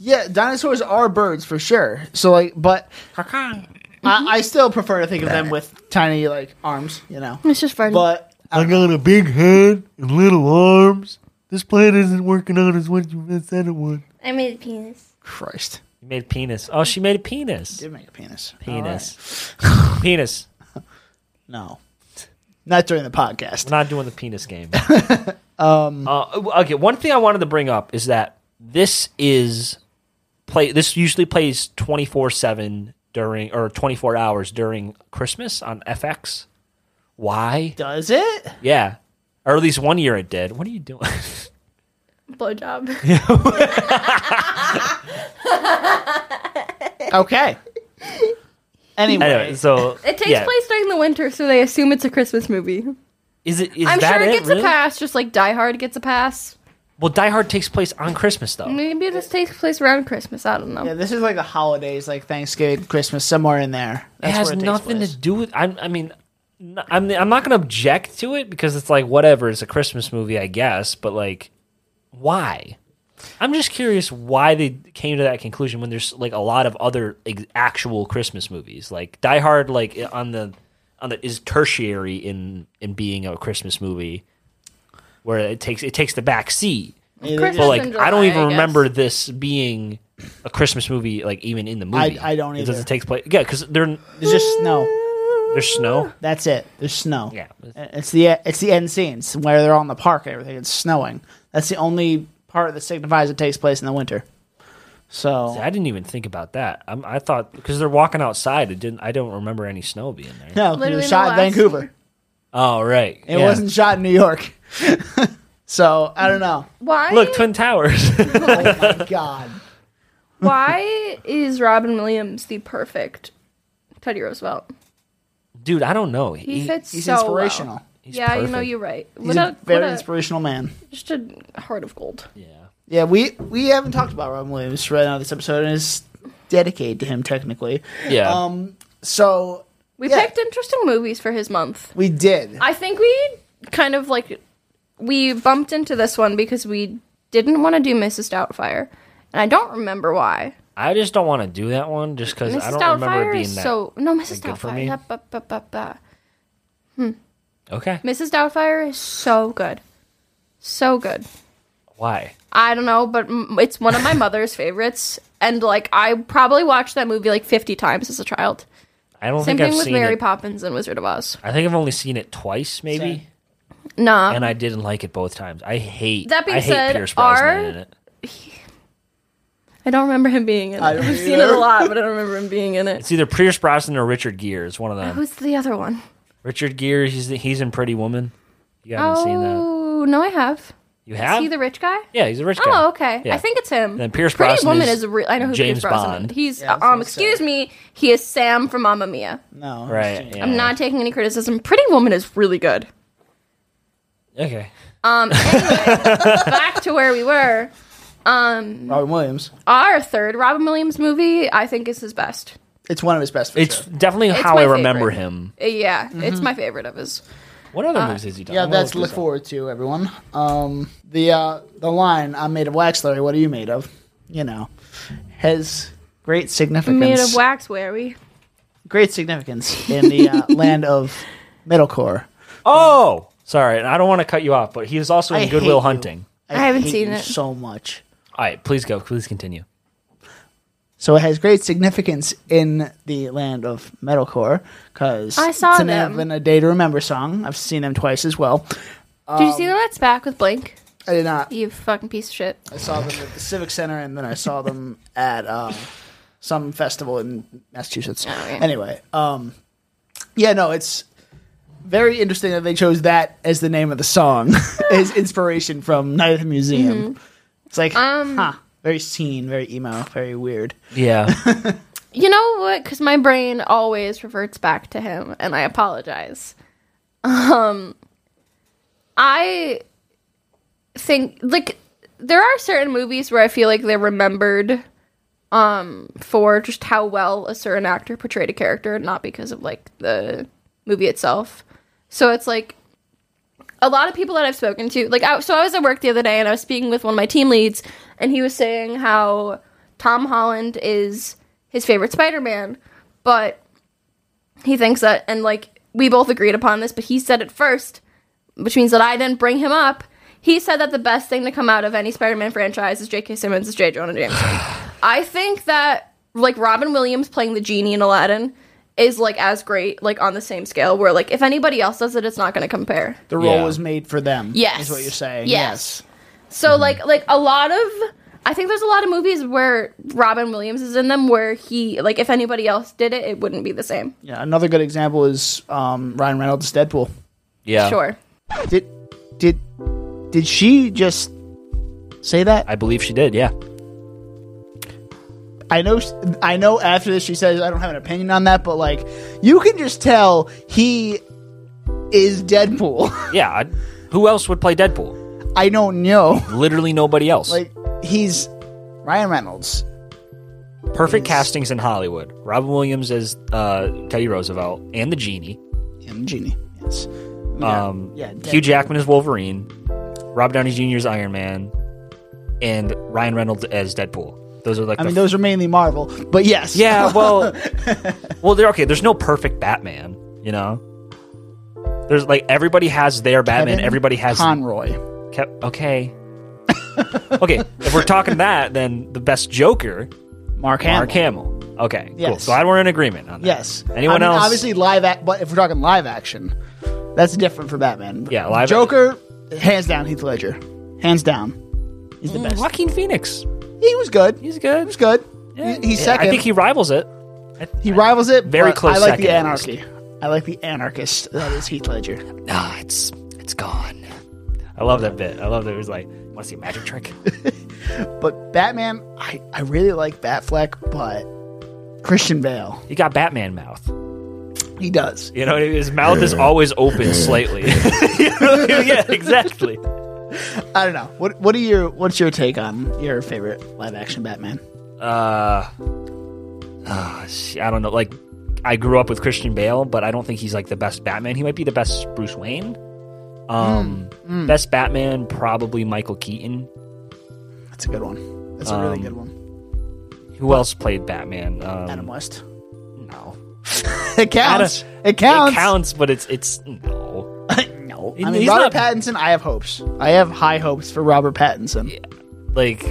Speaker 2: yeah, dinosaurs are birds for sure. So like, but I, I still prefer to think of them with tiny like arms. You know,
Speaker 1: It's just birds.
Speaker 2: but
Speaker 5: I got a big head and little arms. This plan isn't working out as what you said it would.
Speaker 6: I made a penis.
Speaker 2: Christ,
Speaker 3: you made penis. Oh, she made a penis.
Speaker 2: did make a penis. Uh,
Speaker 3: Penis. penis.
Speaker 2: No, not during the podcast.
Speaker 3: We're not doing the penis game. um. okay. One thing I wanted to bring up is that this is play. This usually plays twenty four seven during or twenty four hours during Christmas on FX. Why?
Speaker 2: Does it?
Speaker 3: Yeah. Or at least one year it did. What are you doing?
Speaker 1: blowjob.
Speaker 2: Okay. Anyway,
Speaker 3: Anyway, so
Speaker 1: It takes
Speaker 3: yeah.
Speaker 1: place during the winter, so they assume it's a Christmas movie.
Speaker 3: Is it? Is
Speaker 1: I'm
Speaker 3: that
Speaker 1: sure it
Speaker 3: it?
Speaker 1: gets
Speaker 3: really?
Speaker 1: a pass, just like Die Hard gets a pass.
Speaker 3: Well, Die Hard takes place on Christmas though.
Speaker 1: Maybe this takes place around Christmas. I don't know.
Speaker 2: yeah, this is like the holidays, like Thanksgiving, Christmas, somewhere in there.
Speaker 3: it
Speaker 2: That's
Speaker 3: has
Speaker 2: where takes
Speaker 3: nothing
Speaker 2: place.
Speaker 3: to do with. I'm, I mean, n- I'm I'm not going to object to it because it's like whatever. It's a Christmas movie, I guess. But like, why? I'm just curious why they came to that conclusion when there's like a lot of other ex- actual Christmas movies. Like Die Hard, like i- on the on the is tertiary in in being a Christmas movie, where it takes it takes the back seat.
Speaker 1: Christmas
Speaker 3: But like,
Speaker 1: in
Speaker 3: I don't
Speaker 1: July,
Speaker 3: even
Speaker 1: guess.
Speaker 3: remember this being a Christmas movie. Like even in the movie,
Speaker 2: I don't
Speaker 3: It
Speaker 2: either.
Speaker 3: doesn't take place. Yeah, because they're
Speaker 2: There's just snow.
Speaker 3: there's snow.
Speaker 2: That's it. There's snow. Uh,
Speaker 3: Yeah.
Speaker 2: It's the it's the end scenes where they're all in the park and everything. It's snowing. That's the only part that signifies it takes place in the winter. So
Speaker 3: I didn't even think about that. I'm, I thought because they're walking outside, it didn't. I don't remember any snow being there.
Speaker 2: no, it
Speaker 1: Literally
Speaker 2: was
Speaker 1: the
Speaker 2: shot in
Speaker 1: last-
Speaker 2: Vancouver.
Speaker 3: Oh right,
Speaker 2: It
Speaker 3: Yeah.
Speaker 2: wasn't shot in New York. so I don't know.
Speaker 1: Why?
Speaker 3: Look, Twin Towers.
Speaker 2: Oh my god.
Speaker 1: why is Robin Williams the perfect Teddy Roosevelt?
Speaker 3: Dude, I don't know.
Speaker 1: He, fits
Speaker 2: He's
Speaker 1: so well.
Speaker 2: inspirational.
Speaker 1: yeah, you know
Speaker 3: perfect.
Speaker 1: you're right.
Speaker 2: He's
Speaker 1: What a,
Speaker 2: a very
Speaker 1: what a-
Speaker 2: inspirational man.
Speaker 1: just a heart of gold.
Speaker 3: Yeah.
Speaker 2: Yeah, we we haven't talked about Robin Williams right now this episode, and it's dedicated to him technically.
Speaker 3: Yeah.
Speaker 2: Um. So
Speaker 1: We
Speaker 2: Yeah.
Speaker 1: picked interesting movies for his month.
Speaker 2: we did.
Speaker 1: I think we kind of like we bumped into this one because we didn't want to do Mrs. Doubtfire, and I don't remember why.
Speaker 3: I just don't want to do that one just because
Speaker 1: Mrs.
Speaker 3: I don't remember it
Speaker 1: Doubtfire
Speaker 3: being
Speaker 1: is
Speaker 3: that.
Speaker 1: so no Mrs.
Speaker 3: good for
Speaker 1: Doubtfire.
Speaker 3: me.
Speaker 1: da- ba- ba- ba- ba.
Speaker 3: okay.
Speaker 1: Mrs. Doubtfire is so good, so good.
Speaker 3: Why?
Speaker 1: I don't know, but m- it's one of my mother's favorites, and like I probably watched that movie like fifty times as a child.
Speaker 3: I don't
Speaker 1: Same
Speaker 3: think
Speaker 1: thing
Speaker 3: I've
Speaker 1: with
Speaker 3: seen
Speaker 1: Mary
Speaker 3: it.
Speaker 1: Poppins and Wizard of Oz.
Speaker 3: I think I've only seen it twice, maybe,
Speaker 1: Nah,
Speaker 3: and I didn't like it both times. I hate.
Speaker 1: Uh-huh. That being
Speaker 3: I hate
Speaker 1: said,
Speaker 3: Pierce Brosnan
Speaker 1: are-
Speaker 3: in it.
Speaker 1: I don't remember him being in it.
Speaker 2: I don't
Speaker 1: I've seen it
Speaker 2: either.
Speaker 1: a lot, but I don't remember him being in it.
Speaker 3: It's either Pierce Brosnan or Richard Gere. It's one of them.
Speaker 1: Who's the other one?
Speaker 3: Richard Gere. He's he's in Pretty Woman. You haven't seen that.
Speaker 1: Oh no, I have.
Speaker 3: You
Speaker 1: Is
Speaker 3: have?
Speaker 1: he the rich guy?
Speaker 3: yeah, he's a rich guy.
Speaker 1: Oh, okay.
Speaker 3: Yeah.
Speaker 1: I think it's him.
Speaker 3: Then Pierce
Speaker 1: Pretty
Speaker 3: Brosnan
Speaker 1: Woman
Speaker 3: is
Speaker 1: is a re- I know who
Speaker 3: James
Speaker 1: Pierce Brosnan.
Speaker 3: Bond.
Speaker 1: is. He's
Speaker 2: Yeah, I was
Speaker 1: um
Speaker 2: gonna
Speaker 1: excuse
Speaker 2: say.
Speaker 1: me. He is Sam from Mamma Mia.
Speaker 2: no.
Speaker 3: Right. yeah.
Speaker 1: I'm not taking any criticism. Pretty Woman is really good.
Speaker 3: Okay.
Speaker 1: Um. Anyway, back to where we were. Um.
Speaker 2: Robin Williams.
Speaker 1: Our third Robin Williams movie, I think, is his best.
Speaker 2: It's one of his best. For
Speaker 3: It's
Speaker 2: sure.
Speaker 3: definitely
Speaker 1: It's
Speaker 3: how
Speaker 1: my
Speaker 3: I remember
Speaker 1: favorite.
Speaker 3: him.
Speaker 1: Uh, Yeah,
Speaker 2: Mm-hmm.
Speaker 1: it's my favorite of his.
Speaker 3: What other
Speaker 1: Uh,
Speaker 3: movies has he done?
Speaker 2: Yeah,
Speaker 3: I'm gonna
Speaker 2: that's
Speaker 3: look
Speaker 2: look
Speaker 3: this up.
Speaker 2: forward to everyone. Um, the uh, the line "I'm made of wax, Larry. What are you made of?" You know, has great significance.
Speaker 1: Made of wax, where we?
Speaker 2: Great significance in the uh, land of metalcore.
Speaker 3: Oh, sorry, and I don't want to cut you off, but he was also in
Speaker 2: I hate
Speaker 3: Goodwill
Speaker 2: you.
Speaker 3: Hunting.
Speaker 1: I haven't
Speaker 2: hate
Speaker 1: seen
Speaker 2: you
Speaker 1: it.
Speaker 2: so much.
Speaker 3: All right, please go. Please continue.
Speaker 2: So it has great significance in the land of metalcore because
Speaker 1: I saw
Speaker 2: it's a name
Speaker 1: them.
Speaker 2: of an a day to remember song. I've seen them twice as well. uh,
Speaker 1: Did you see the
Speaker 2: Um,
Speaker 1: Let's Back with Blink?
Speaker 2: I did not.
Speaker 1: You fucking piece of shit.
Speaker 2: I saw them at the Civic Center, and then I saw them at uh, some festival in Massachusetts.
Speaker 1: Oh, yeah.
Speaker 2: Anyway, um, yeah, no, it's very interesting that they chose that as the name of the song, as inspiration from Night at the Museum.
Speaker 1: Mm-hmm.
Speaker 2: It's like,
Speaker 1: Um,
Speaker 2: huh, very scene, very emo, very weird.
Speaker 3: Yeah,
Speaker 1: You know what? Because my brain always reverts back to him, and I apologize. Um, I think like there are certain movies where I feel like they're remembered um for just how well a certain actor portrayed a character, not because of like the movie itself. So it's like a lot of people that I've spoken to, like, I, so I was at work the other day and I was speaking with one of my team leads, and he was saying how Tom Holland is his favorite Spider Man, but he thinks that, and like, we both agreed upon this, but he said it first, which means that I didn't bring him up. He said that the best thing to come out of any Spider Man franchise is J.K. Simmons as J. Jonah Jameson. I think that, like, Robin Williams playing the genie in Aladdin is, like, as great, like, on the same scale, where, like, if anybody else does it, it's not going to compare.
Speaker 2: The role
Speaker 3: Yeah.
Speaker 2: was made for them.
Speaker 1: Yes.
Speaker 2: is what you're saying.
Speaker 1: Yes. So
Speaker 3: Mm-hmm.
Speaker 1: like like a lot of I think there's a lot of movies where Robin Williams is in them where he like if anybody else did it it wouldn't be the same.
Speaker 2: yes. Yeah. Another good example is um, Ryan Reynolds' Deadpool.
Speaker 3: yeah.
Speaker 1: Sure.
Speaker 2: Did did did she just say that?
Speaker 3: I believe she did. Yeah.
Speaker 2: I know, sh- I know. After this, she says, "I don't have an opinion on that," but like, you can just tell he is Deadpool.
Speaker 3: Yeah, I, who else would play Deadpool?
Speaker 2: I don't know.
Speaker 3: Literally nobody else.
Speaker 2: Like, he's Ryan Reynolds.
Speaker 3: Perfect castings in Hollywood. Robin Williams as uh, Teddy Roosevelt and the genie.
Speaker 2: Him, Genie. Yes.
Speaker 3: Um,
Speaker 2: Yeah,
Speaker 3: Hugh
Speaker 2: Deadpool.
Speaker 3: Jackman as Wolverine. Rob Downey Jr. as Iron Man, and Ryan Reynolds as Deadpool. Those are like
Speaker 2: I
Speaker 3: the
Speaker 2: mean, those are mainly Marvel, but yes.
Speaker 3: Yeah, well, well, they're okay. There's no perfect Batman, you know. There's like everybody has their Batman.
Speaker 2: Kevin
Speaker 3: everybody has
Speaker 2: Conroy.
Speaker 3: Kev- okay. okay, if we're talking that, then the best Joker,
Speaker 2: Mark Hamill.
Speaker 3: Mark Hamill. Okay, cool.
Speaker 2: Yes.
Speaker 3: So I we're in agreement on that.
Speaker 2: Yes.
Speaker 3: Anyone
Speaker 2: I mean,
Speaker 3: else?
Speaker 2: Obviously, live. Ac- but if we're talking live action, that's different for Batman.
Speaker 3: Yeah, live-
Speaker 2: Joker, hands down, Heath Ledger, hands down. He's the best.
Speaker 3: Hmm, Joaquin Phoenix.
Speaker 2: He was good. He
Speaker 3: He's good.
Speaker 2: was good.
Speaker 3: Yeah.
Speaker 2: He- He's
Speaker 3: Yeah,
Speaker 2: second.
Speaker 3: I think he rivals it.
Speaker 2: he rivals it.
Speaker 3: Very
Speaker 2: but
Speaker 3: close
Speaker 2: I like
Speaker 3: second,
Speaker 2: the
Speaker 3: at least.
Speaker 2: anarchy. I like the anarchist. That is Heath Ledger.
Speaker 3: Ah, it's it's gone. I love that bit. I love that it was like, want to see a magic trick?
Speaker 2: But Batman, I, I really like Batfleck, but Christian Bale,
Speaker 3: he got Batman mouth.
Speaker 2: he does.
Speaker 3: You know, what I mean? his mouth is always open slightly. You know what I mean? yeah, exactly.
Speaker 2: I don't know. What what are your what's your take on your favorite live action Batman?
Speaker 3: Uh, ah, sh- I don't know. Like, I grew up with Christian Bale, but I don't think he's like the best Batman. He might be the best Bruce Wayne. Um, best Batman probably Michael Keaton.
Speaker 2: That's a good one. That's a really
Speaker 3: Um,
Speaker 2: good one.
Speaker 3: Who else played Batman? Um,
Speaker 2: Adam West.
Speaker 3: No,
Speaker 2: It counts.
Speaker 3: Adam-
Speaker 2: it counts.
Speaker 3: It counts, but it's it's no.
Speaker 2: No,
Speaker 3: He-
Speaker 2: I mean
Speaker 3: he's
Speaker 2: Robert
Speaker 3: not-
Speaker 2: Pattinson. I have hopes. I have high hopes for Robert Pattinson.
Speaker 3: Like,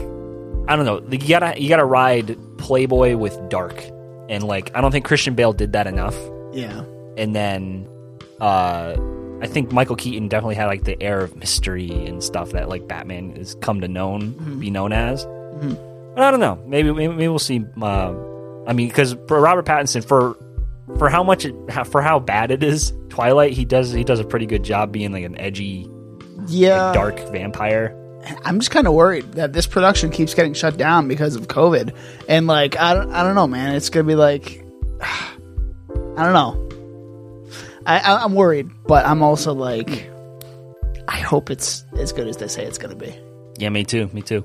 Speaker 3: I don't know. Like, you gotta you gotta ride Playboy with dark, and like I don't think Christian Bale did that enough.
Speaker 2: Yeah,
Speaker 3: and then uh I think Michael Keaton definitely had like the air of mystery and stuff that like Batman has come to known be known as. But I don't know. Maybe maybe, maybe we'll see. Uh, I mean, because for Robert Pattinson for for how much it, how, for how bad it is, Twilight he does he does a pretty good job being like an edgy,
Speaker 2: yeah.
Speaker 3: dark vampire.
Speaker 2: I'm just kind of worried that this production keeps getting shut down because of COVID, and like I don't, I don't know, man. It's gonna be like, I don't know. I, I I'm worried, but I'm also like, I hope it's as good as they say it's gonna be.
Speaker 3: Yeah, me too. Me too.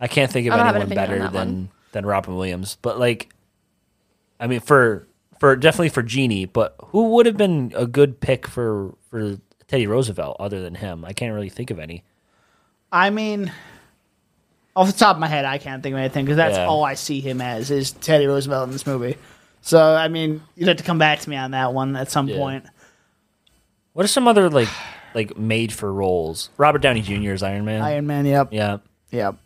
Speaker 3: I can't think of
Speaker 1: I don't have an opinion on
Speaker 3: anyone better
Speaker 1: that
Speaker 3: than
Speaker 1: one.
Speaker 3: than Robin Williams. But like, I mean, for for definitely for Genie, but who would have been a good pick for for Teddy Roosevelt other than him? I can't really think of any.
Speaker 2: I mean, off the top of my head, I can't think of anything because that's
Speaker 3: Yeah.
Speaker 2: all I see him as is Teddy Roosevelt in this movie. So I mean, you'd have to come back to me on that one at some
Speaker 3: Yeah.
Speaker 2: point.
Speaker 3: What are some other like like made for roles? Robert Downey Jr. is Iron Man.
Speaker 2: Iron Man, yep,
Speaker 3: yeah.
Speaker 2: yep.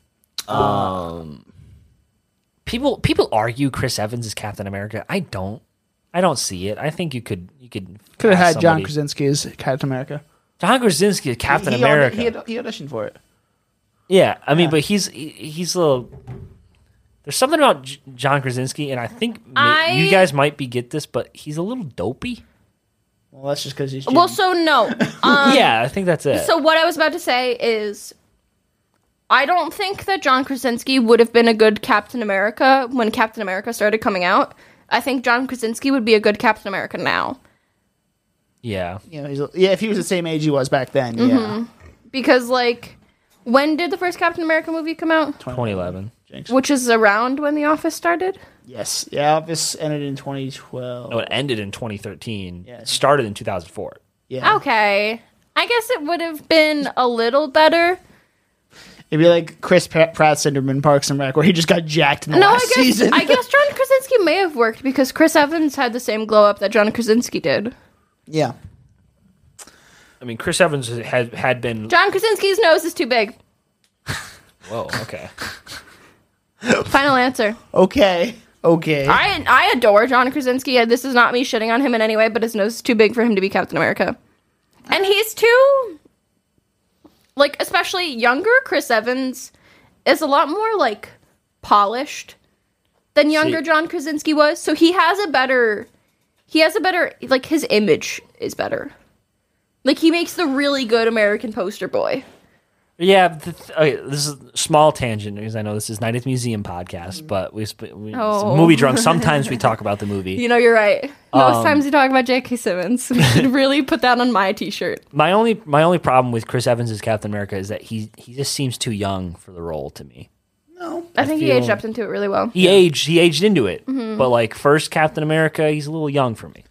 Speaker 3: People people argue Chris Evans is Captain America. I don't. I don't see it. I think you could you could
Speaker 2: Could have
Speaker 3: cast
Speaker 2: had John
Speaker 3: somebody-
Speaker 2: Krasinski as Captain America.
Speaker 3: John Krasinski is Captain
Speaker 2: he,
Speaker 3: America.
Speaker 2: He, aud- he auditioned for it.
Speaker 3: Yeah, I mean, but he's he- he's a little. There's something about J- John Krasinski, and I think ma-
Speaker 1: I-
Speaker 3: you guys might be get this, but he's a little dopey.
Speaker 2: Well, that's just because he's.
Speaker 1: Well,
Speaker 2: Jim.
Speaker 1: so no.
Speaker 3: yeah, I think that's it.
Speaker 1: Um, So what I was about to say is, I don't think that John Krasinski would have been a good Captain America when Captain America started coming out. I think John Krasinski would be a good Captain America now
Speaker 3: yeah,
Speaker 2: You know, he's, a- yeah, if he was the same age he was back then,
Speaker 1: Mm-hmm.
Speaker 2: yeah.
Speaker 1: because like, when did the first Captain America movie come out?
Speaker 3: 2011.
Speaker 2: Jinx.
Speaker 1: Which is around when The Office started.
Speaker 2: Yes, yeah. Office ended in 2012.
Speaker 3: No, Oh, it ended in 2013.
Speaker 2: Yeah.
Speaker 3: It started in 2004.
Speaker 2: yeah,
Speaker 1: Oh. Okay, I guess it would have been a little better.
Speaker 2: it'd be like Chris Pratt, Pratt syndrome in Parks and Rec, where he just got jacked in the
Speaker 1: No, I
Speaker 2: last
Speaker 1: guess
Speaker 2: season.
Speaker 1: I guess John Krasinski may have worked because Chris Evans had the same glow up that John Krasinski did.
Speaker 2: yeah.
Speaker 3: I mean, Chris Evans had had been.
Speaker 1: John Krasinski's nose is too big.
Speaker 3: Whoa, okay.
Speaker 1: Final answer.
Speaker 2: Okay. Okay.
Speaker 1: I I adore John Krasinski. and This is not me shitting on him in any way, but his nose is too big for him to be Captain America, and he's too like especially younger Chris Evans is a lot more like polished than younger
Speaker 3: See-
Speaker 1: John Krasinski was. So he has a better he has a better like his image is better. Like he makes the really good American poster boy.
Speaker 3: Yeah, th- th- okay, this is a small tangent because I know this is 90th Museum podcast, but we, sp- we
Speaker 1: Mm. Oh.
Speaker 3: it's movie drunk. Sometimes we talk about the movie.
Speaker 1: You know, you're right. Most
Speaker 3: Um,
Speaker 1: times you talk about J.K. Simmons. We should really put that on my T-shirt.
Speaker 3: my only my only problem with Chris Evans as Captain America is that he he just seems too young for the role to me.
Speaker 2: No.
Speaker 1: I think he
Speaker 3: feel-
Speaker 1: aged up into it really well.
Speaker 3: He aged he aged into it,
Speaker 1: Mm-hmm.
Speaker 3: but like first Captain America, he's a little young for me.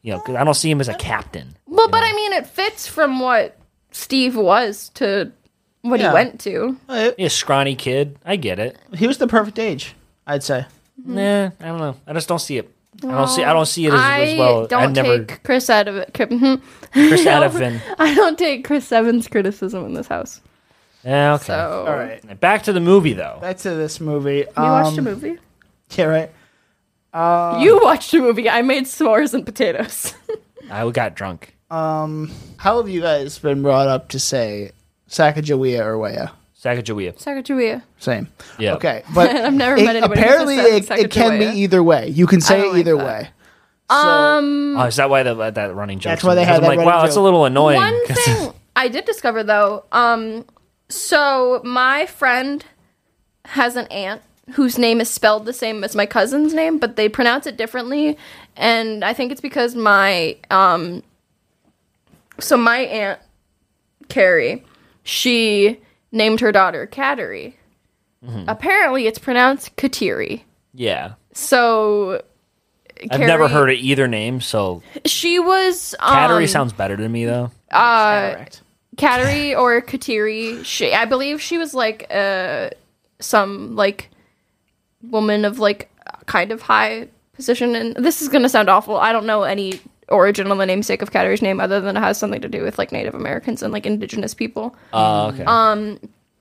Speaker 3: You know, 'cause I don't see him as a captain.
Speaker 1: Well, but I mean, it fits from what Steve was to what
Speaker 2: Yeah.
Speaker 1: he went to.
Speaker 3: He's a scrawny kid. I get it.
Speaker 2: He was the perfect age, I'd say.
Speaker 1: Mm-hmm.
Speaker 3: Nah, I don't know. I just don't see it. I don't see. I don't see it as,
Speaker 1: I
Speaker 3: as well.
Speaker 1: don't
Speaker 3: I never
Speaker 1: take Chris out of it.
Speaker 3: Chris Evans.
Speaker 1: I don't take Chris Evans' criticism in this house.
Speaker 3: Yeah, okay.
Speaker 1: So
Speaker 2: All right. Um,
Speaker 3: Back to the movie though.
Speaker 2: Back to this movie. You
Speaker 1: we watched a movie.
Speaker 2: Yeah, right. uh,
Speaker 1: you watched a movie. I made s'mores and potatoes.
Speaker 3: I got drunk.
Speaker 2: How have you guys been brought up to say Sacagawea or Wea?
Speaker 3: Sacagawea.
Speaker 1: Sacagawea.
Speaker 2: Same.
Speaker 3: Yeah.
Speaker 2: Okay, but
Speaker 1: I've never
Speaker 2: it-
Speaker 1: met anybody. who says
Speaker 2: apparently it,
Speaker 1: Sac-
Speaker 2: it can be
Speaker 1: Sacagawea.
Speaker 2: either way. You can say
Speaker 1: don't
Speaker 2: it
Speaker 1: like
Speaker 2: either
Speaker 1: that.
Speaker 2: way.
Speaker 1: Um,
Speaker 3: Oh, is that why the, that running joke?
Speaker 2: That's why they had
Speaker 3: I'm
Speaker 2: that
Speaker 3: like,
Speaker 2: running
Speaker 3: wow, it's a
Speaker 2: joke.
Speaker 3: little annoying.
Speaker 1: one
Speaker 3: 'cause-
Speaker 1: thing I did discover though. Um, so my friend has an aunt whose name is spelled the same as my cousin's name, but they pronounce it differently, and I think it's because my um. So my aunt Carrie, she named her daughter Kateri.
Speaker 3: Mm-hmm.
Speaker 1: Apparently, it's pronounced Kateri.
Speaker 3: yeah.
Speaker 1: So.
Speaker 3: I've never heard of either name, so
Speaker 1: She was. Um,
Speaker 3: Cattery sounds better to me though.
Speaker 2: Correct.
Speaker 1: Kateri or Kateri, she I believe she was like uh some like woman of like kind of high position and this is gonna sound awful. I don't know any origin on the namesake of Kateri's name other than it has something to do with like Native Americans and like indigenous people.
Speaker 3: Oh, okay.
Speaker 1: um,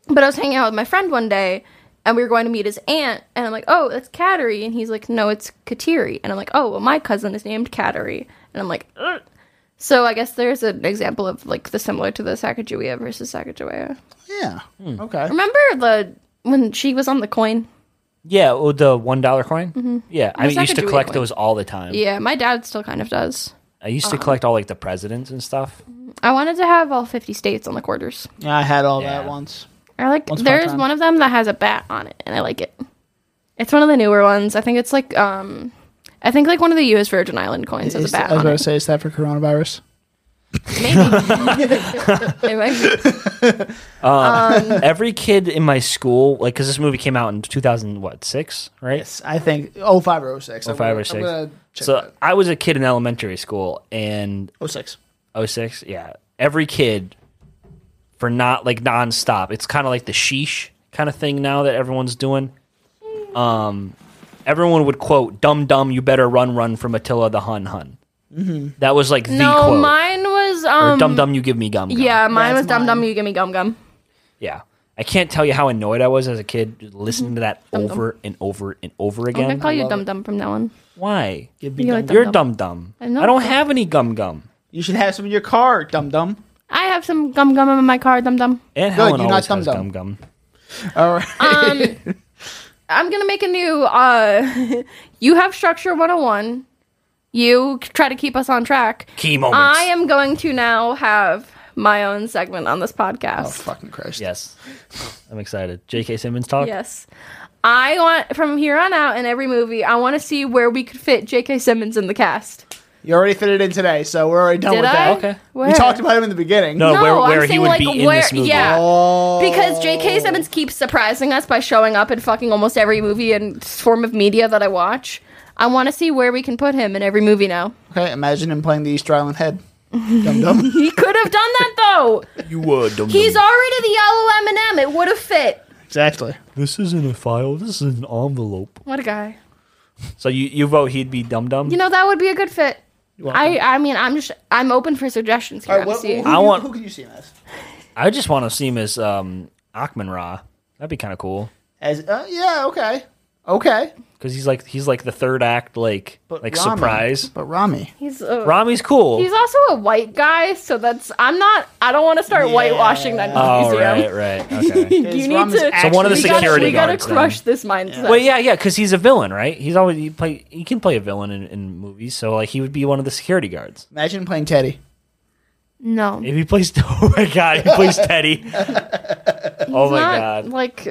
Speaker 1: But I was hanging out with my friend one day and we were going to meet his aunt and I'm like, Oh, that's Kateri and he's like, No, it's Kateri and I'm like, Oh well my cousin is named Kateri and I'm like Ugh. So I guess there's an example of like the similar to the Sacagawea versus Sacagawea.
Speaker 2: uh, Yeah. Okay.
Speaker 1: Remember the when she was on the coin?
Speaker 3: yeah, oh, the one dollar coin.
Speaker 1: Mm-hmm.
Speaker 3: Yeah, I
Speaker 1: It's
Speaker 3: mean, I
Speaker 1: like
Speaker 3: used
Speaker 1: a
Speaker 3: to
Speaker 1: Dewey
Speaker 3: collect
Speaker 1: coin.
Speaker 3: those all the time.
Speaker 1: Yeah, Uh-huh. my dad still kind of does.
Speaker 3: I used to collect all like the presidents and stuff.
Speaker 1: I wanted to have all 50 states on the quarters.
Speaker 2: Yeah, I had all
Speaker 3: Yeah.
Speaker 2: that once.
Speaker 1: I like
Speaker 2: Once upon a
Speaker 1: there's
Speaker 2: time.
Speaker 1: one of them that has a bat on it and I like it. It's one of the newer ones. I think it's like um I think like one of the US Virgin Island coins has
Speaker 2: Is-
Speaker 1: a bat
Speaker 2: I was
Speaker 1: on
Speaker 2: going
Speaker 1: it.
Speaker 2: to say, is that for coronavirus?
Speaker 1: It might be- Mm-hmm.
Speaker 3: Every kid in my school, like, because this movie came out in two thousand what six, right?
Speaker 2: I think oh five or oh six. I'm
Speaker 3: 05 or
Speaker 2: gonna-
Speaker 3: 06.
Speaker 2: I'm gonna check
Speaker 3: So I was a kid in elementary school, and
Speaker 2: that. 06.
Speaker 3: 06 yeah every kid for not like nonstop it's kind of like the sheesh kind of thing now that everyone's doing um everyone would quote dum dum you better run run from attila the hun hun
Speaker 2: Mm-hmm.
Speaker 3: that was like the
Speaker 1: no,
Speaker 3: quote
Speaker 1: mine was
Speaker 3: or
Speaker 1: um
Speaker 3: dum dum you give me gum, gum.
Speaker 1: Yeah, mine
Speaker 2: That's
Speaker 1: was dum dum
Speaker 2: mine.
Speaker 1: you give me gum gum.
Speaker 3: yeah i can't tell you how annoyed i was as a kid just listening to that over and over and over
Speaker 1: I'm going
Speaker 3: again
Speaker 1: to call you dum dum from now on.
Speaker 3: why
Speaker 2: Give me
Speaker 1: You
Speaker 2: gum.
Speaker 1: like
Speaker 3: you're
Speaker 1: Dum
Speaker 3: dum dum i
Speaker 1: I'm not
Speaker 3: don't
Speaker 1: dum.
Speaker 3: have any gum gum
Speaker 2: you should have some in your car, dum dum.
Speaker 1: I have some gum gum in my car, dum dum.
Speaker 3: and
Speaker 2: Good,
Speaker 3: Helen
Speaker 2: you're not
Speaker 3: always has
Speaker 2: dum-dum.
Speaker 3: gum gum
Speaker 2: All right.
Speaker 1: I'm gonna make a new uh you have structure 101. You c- try to keep us on track.
Speaker 3: key moments
Speaker 1: I am going to now have my own segment on this
Speaker 2: oh
Speaker 1: podcast.
Speaker 2: fucking Christ.
Speaker 3: yes i'm excited jk simmons talk
Speaker 1: yes. I want from here on out in every movie, I want to see where we could fit J.K. Simmons in the cast.
Speaker 2: You already fit it in today, so we're already done
Speaker 1: Did
Speaker 2: with
Speaker 1: I?
Speaker 2: that.
Speaker 3: Okay.
Speaker 1: Where?
Speaker 2: We talked about him in the beginning.
Speaker 3: No,
Speaker 1: No,
Speaker 3: Uh, where,
Speaker 1: I'm
Speaker 3: where he
Speaker 1: saying,
Speaker 3: would
Speaker 1: like,
Speaker 3: be in
Speaker 1: where-
Speaker 3: this movie.
Speaker 1: yeah.
Speaker 2: Oh.
Speaker 1: Because J.K. Simmons keeps surprising us by showing up in fucking almost every movie and form of media that I watch. I want to see where we can put him in every movie now.
Speaker 2: Okay, imagine him playing the Easter Island head. Dum dum.
Speaker 1: He could have done that though.
Speaker 3: You were dumb.
Speaker 1: He's already the yellow M&M. It would have fit.
Speaker 2: exactly.
Speaker 5: This isn't a file. This is an envelope.
Speaker 1: What a guy.
Speaker 3: so you, you vote he'd be dum dum.
Speaker 1: You know that would be a good fit. I I mean I'm just I'm open for suggestions here.
Speaker 2: All
Speaker 1: I'm
Speaker 2: right, what,
Speaker 1: seeing.
Speaker 2: who,
Speaker 3: I
Speaker 2: I
Speaker 3: want-
Speaker 2: want, who can you see him as?
Speaker 3: I just want to see him as um, Achman Ra. That'd be kind of cool
Speaker 2: As uh, yeah, okay, okay.
Speaker 3: because he's like he's like the third act like
Speaker 2: Rami-
Speaker 3: like surprise.
Speaker 2: But Rami.
Speaker 1: he's a,
Speaker 3: Rami's cool.
Speaker 1: he's also a white guy, so that's I'm not I don't want to start whitewashing that
Speaker 3: oh
Speaker 1: museum.
Speaker 3: right, right. Okay.
Speaker 1: you
Speaker 2: Is
Speaker 1: need
Speaker 2: Rami's
Speaker 1: to
Speaker 2: So
Speaker 3: one of the
Speaker 1: we gotta-
Speaker 3: security
Speaker 1: we gotta
Speaker 3: guards, then.
Speaker 1: crush this mindset.
Speaker 3: Well, yeah, yeah, because he's a villain, right? He's always he play he can play a villain in, in movies, so like he would be one of the security guards.
Speaker 2: Imagine playing Teddy.
Speaker 1: No.
Speaker 3: If he plays, oh my god, he plays Teddy. oh
Speaker 1: He's
Speaker 3: my
Speaker 1: not,
Speaker 3: god.
Speaker 1: Like,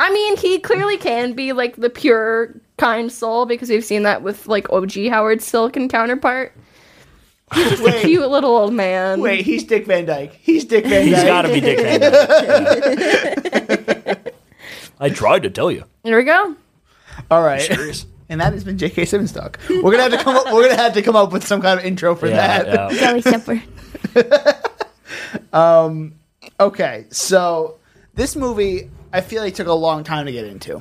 Speaker 1: I mean, he clearly can be like the pure, kind soul because we've seen that with like OG Howard's silicon counterpart. He's just a cute little old man.
Speaker 2: Wait, he's Dick Van Dyke. He's Dick Van Dyke.
Speaker 3: He's got to be Dick Van Dyke. I tried to tell you.
Speaker 1: There we go.
Speaker 2: All right.
Speaker 3: Serious?
Speaker 2: And that has been J.K. Simmons talk. We're gonna have to come up. We're gonna have to come up with some kind of intro for
Speaker 3: Yeah,
Speaker 2: that.
Speaker 3: yeah.
Speaker 1: Joey Stepper.
Speaker 2: Okay, so this movie, I feel like took a long time to get into.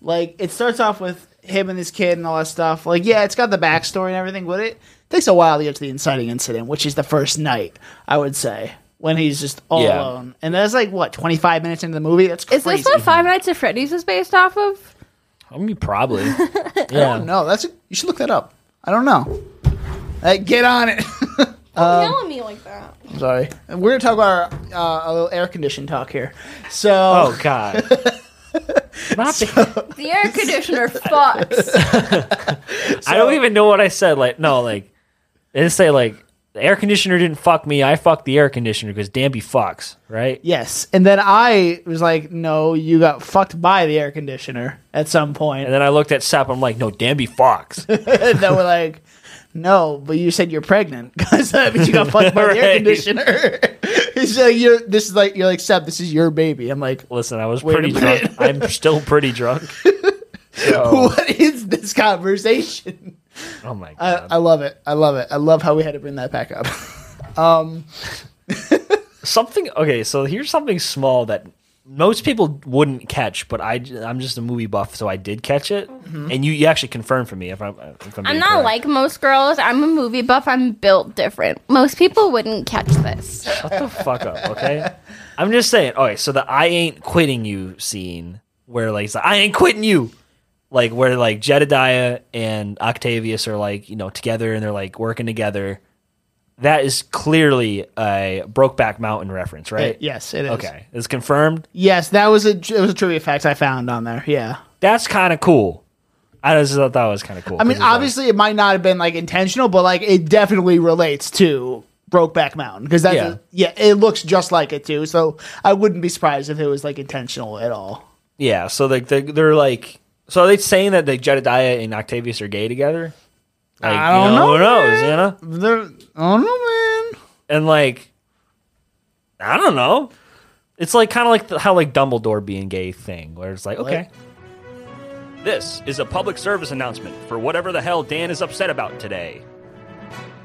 Speaker 2: Like, it starts off with him and this kid and all that stuff. Like, yeah, it's got the backstory and everything, but it takes a while to get to the inciting incident, which is the first night, I would say, when he's just all
Speaker 3: Yeah.
Speaker 2: alone. And that's like what twenty five minutes into the movie. That's
Speaker 1: Is
Speaker 2: crazy.
Speaker 1: this what Five Nights at Freddy's is based off of?
Speaker 3: I mean, probably. Yeah.
Speaker 2: no, that's you should look that up. I don't know. Like, get on it.
Speaker 1: yelling me like that.
Speaker 2: I'm sorry. We're gonna talk about our uh, a little air conditioned talk here. So
Speaker 3: Oh god. Not the-
Speaker 1: The air conditioner fucks.
Speaker 3: I don't even know what I said. Like, no, like, I didn't say like the air conditioner didn't fuck me. I fucked the air conditioner because Danby fucks, right?
Speaker 2: Yes. And then I was like, no, you got fucked by the air conditioner at some point.
Speaker 3: And then I looked at Sep. I'm like, no, Danby fucks.
Speaker 2: And then we're like, no, but you said you're pregnant because that means you got fucked by the air
Speaker 3: Right.
Speaker 2: conditioner. He's like, you're, this is like, you're like, Seb, this is your baby. I'm like,
Speaker 3: Listen, I was
Speaker 2: Wait a
Speaker 3: pretty drunk. I'm still pretty drunk. So,
Speaker 2: what is this conversation?
Speaker 3: oh my
Speaker 2: I,
Speaker 3: god.
Speaker 2: I love it. I love it. I love how we had to bring that back up.
Speaker 3: something okay so here's something small that most people wouldn't catch but I, i'm just a movie buff so i did catch it and you, you actually confirmed for me if i'm, if I'm,
Speaker 1: I'm
Speaker 3: being
Speaker 1: not
Speaker 3: correct.
Speaker 1: like most girls. I'm a movie buff. I'm built different. Most people wouldn't catch this.
Speaker 3: shut the fuck up okay i'm just saying okay so the i ain't quitting you scene where like it's like, i ain't quitting you like where like jedediah and octavius are like you know together and they're like working together that is clearly a brokeback mountain reference right
Speaker 2: yes, it is.
Speaker 3: okay it's confirmed
Speaker 2: Yes, that was a, it was a trivia fact I found on there. Yeah.
Speaker 3: that's kind of cool. I just thought that was kind of cool.
Speaker 2: I mean, obviously, it might not have been like intentional, but like it definitely relates to Brokeback Mountain because that's yeah. it looks just like it too. So I wouldn't be surprised if it was like intentional at all.
Speaker 3: yeah. So like they're, they're like, so are they saying that like Jedediah and Octavius are gay together? Like,
Speaker 2: I don't know,
Speaker 3: Who knows? You know,
Speaker 2: They're, I don't know, man.
Speaker 3: and like, I don't know. It's like kind of like the, how like Dumbledore being gay thing, where it's like, okay. This is a public service announcement for whatever the hell Dan is upset about today.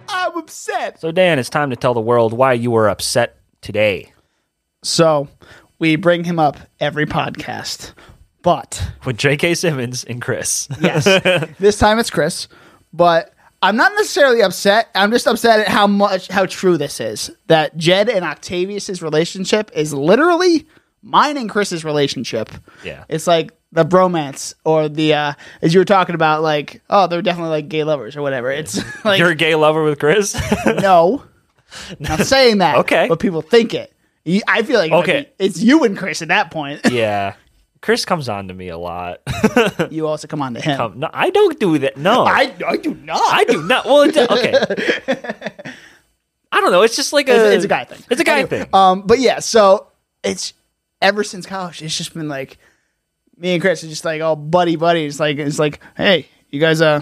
Speaker 2: I'm upset.
Speaker 3: So Dan, it's time to tell the world why you were upset today.
Speaker 2: So we bring him up every podcast, but
Speaker 3: With J.K. Simmons and Chris.
Speaker 2: yes, this time it's Chris, but. I'm not necessarily upset. I'm just upset at how much how true this is. That Jed and Octavius's relationship is literally mine and Chris's relationship.
Speaker 3: yeah.
Speaker 2: It's like the bromance or the uh as you were talking about, like, oh, they're definitely like gay lovers or whatever. It's like
Speaker 3: You're a gay lover with Chris?
Speaker 2: no. Not saying that.
Speaker 3: Okay.
Speaker 2: But people think it. You- I feel like it might
Speaker 3: Okay.
Speaker 2: be- it's you and Chris at that point.
Speaker 3: yeah. Chris comes on to me a lot.
Speaker 2: you also come on to him.
Speaker 3: Um, no, I don't do that. No. I,
Speaker 2: I, I do not.
Speaker 3: do not. Well, it's, okay. I don't know. It's just like a.
Speaker 2: it's, it's a guy thing.
Speaker 3: It's a guy thing.
Speaker 2: Um, but yeah, so it's ever since college, it's just been like me and Chris are just like all buddy buddy. It's like it's like, hey, you guys, uh,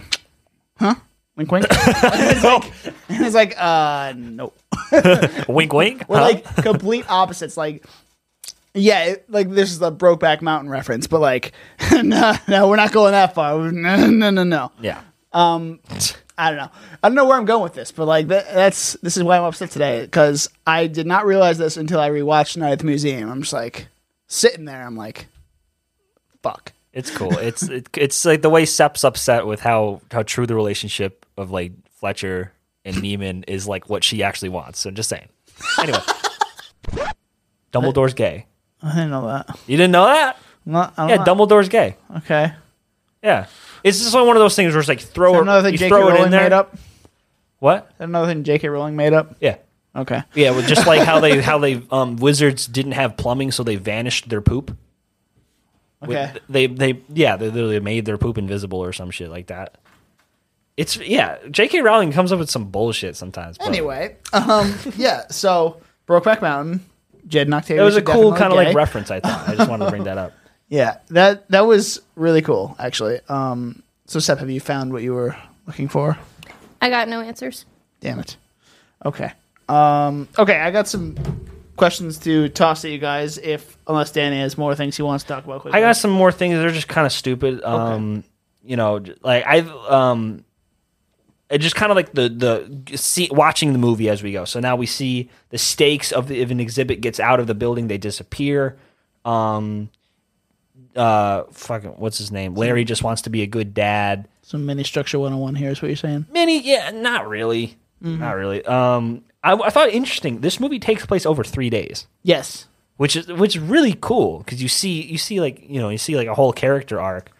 Speaker 2: huh? Wink wink. and it's like, uh, no.
Speaker 3: wink, wink.
Speaker 2: We're
Speaker 3: huh?
Speaker 2: like complete opposites. Like, yeah, it, like this is the Brokeback Mountain reference, but like, no, no, we're not going that far. No, no, no, no.
Speaker 3: yeah.
Speaker 2: I don't know. I don't know where I'm going with this, but like that, that's this is why I'm upset today because I did not realize this until I rewatched Night at the Museum. I'm just like sitting there. I'm like, fuck.
Speaker 3: It's cool. It's it, it's like the way Sep's upset with how how true the relationship of like Fletcher and Neiman is like what she actually wants. So just saying. Anyway, Dumbledore's gay.
Speaker 2: I didn't know that.
Speaker 3: You didn't know that?
Speaker 2: I'm not, I
Speaker 3: Yeah,
Speaker 2: don't know.
Speaker 3: Dumbledore's gay.
Speaker 2: Okay.
Speaker 3: Yeah. It's just like one of those things where it's like throw it,
Speaker 2: Another thing
Speaker 3: you
Speaker 2: J.K.
Speaker 3: throw it in
Speaker 2: Rowling
Speaker 3: there.
Speaker 2: made up.
Speaker 3: What?
Speaker 2: Another thing J.K. Rowling made up.
Speaker 3: Yeah.
Speaker 2: Okay.
Speaker 3: Yeah, well, just like how they how they um, wizards didn't have plumbing, so they vanished their poop. With-
Speaker 2: Okay.
Speaker 3: They they yeah they literally made their poop invisible or some shit like that. It's yeah. J.K. Rowling comes up with some bullshit sometimes. but
Speaker 2: Anyway, um, yeah. So Brokeback Mountain, Jed and Octavia.
Speaker 3: it was a
Speaker 2: should
Speaker 3: cool
Speaker 2: definitely
Speaker 3: kind of like
Speaker 2: gay.
Speaker 3: reference. I thought I just wanted to bring that up.
Speaker 2: Yeah, that that was really cool actually. Um, so Sep, have you found what you were looking for?
Speaker 1: I got no answers.
Speaker 2: Damn it. Okay. Um, okay, I got some questions to toss at you guys. If unless Danny has more things he wants to talk about quickly.
Speaker 3: I got some more things. They're just kind of stupid. Um, you know, j- like I um, it just kind of like the the see, watching the movie as we go. So now we see the stakes of the, if an exhibit gets out of the building, they disappear. Um, uh, fucking what's his name? Larry just wants to be a good dad.
Speaker 2: some mini structure 101 here. Is what you're saying?
Speaker 3: Mini, yeah, not really, not really. Um, I, I thought interesting. This movie takes place over three days
Speaker 2: Yes.
Speaker 3: which is which is really cool because you see you see like you know you see like a whole character arc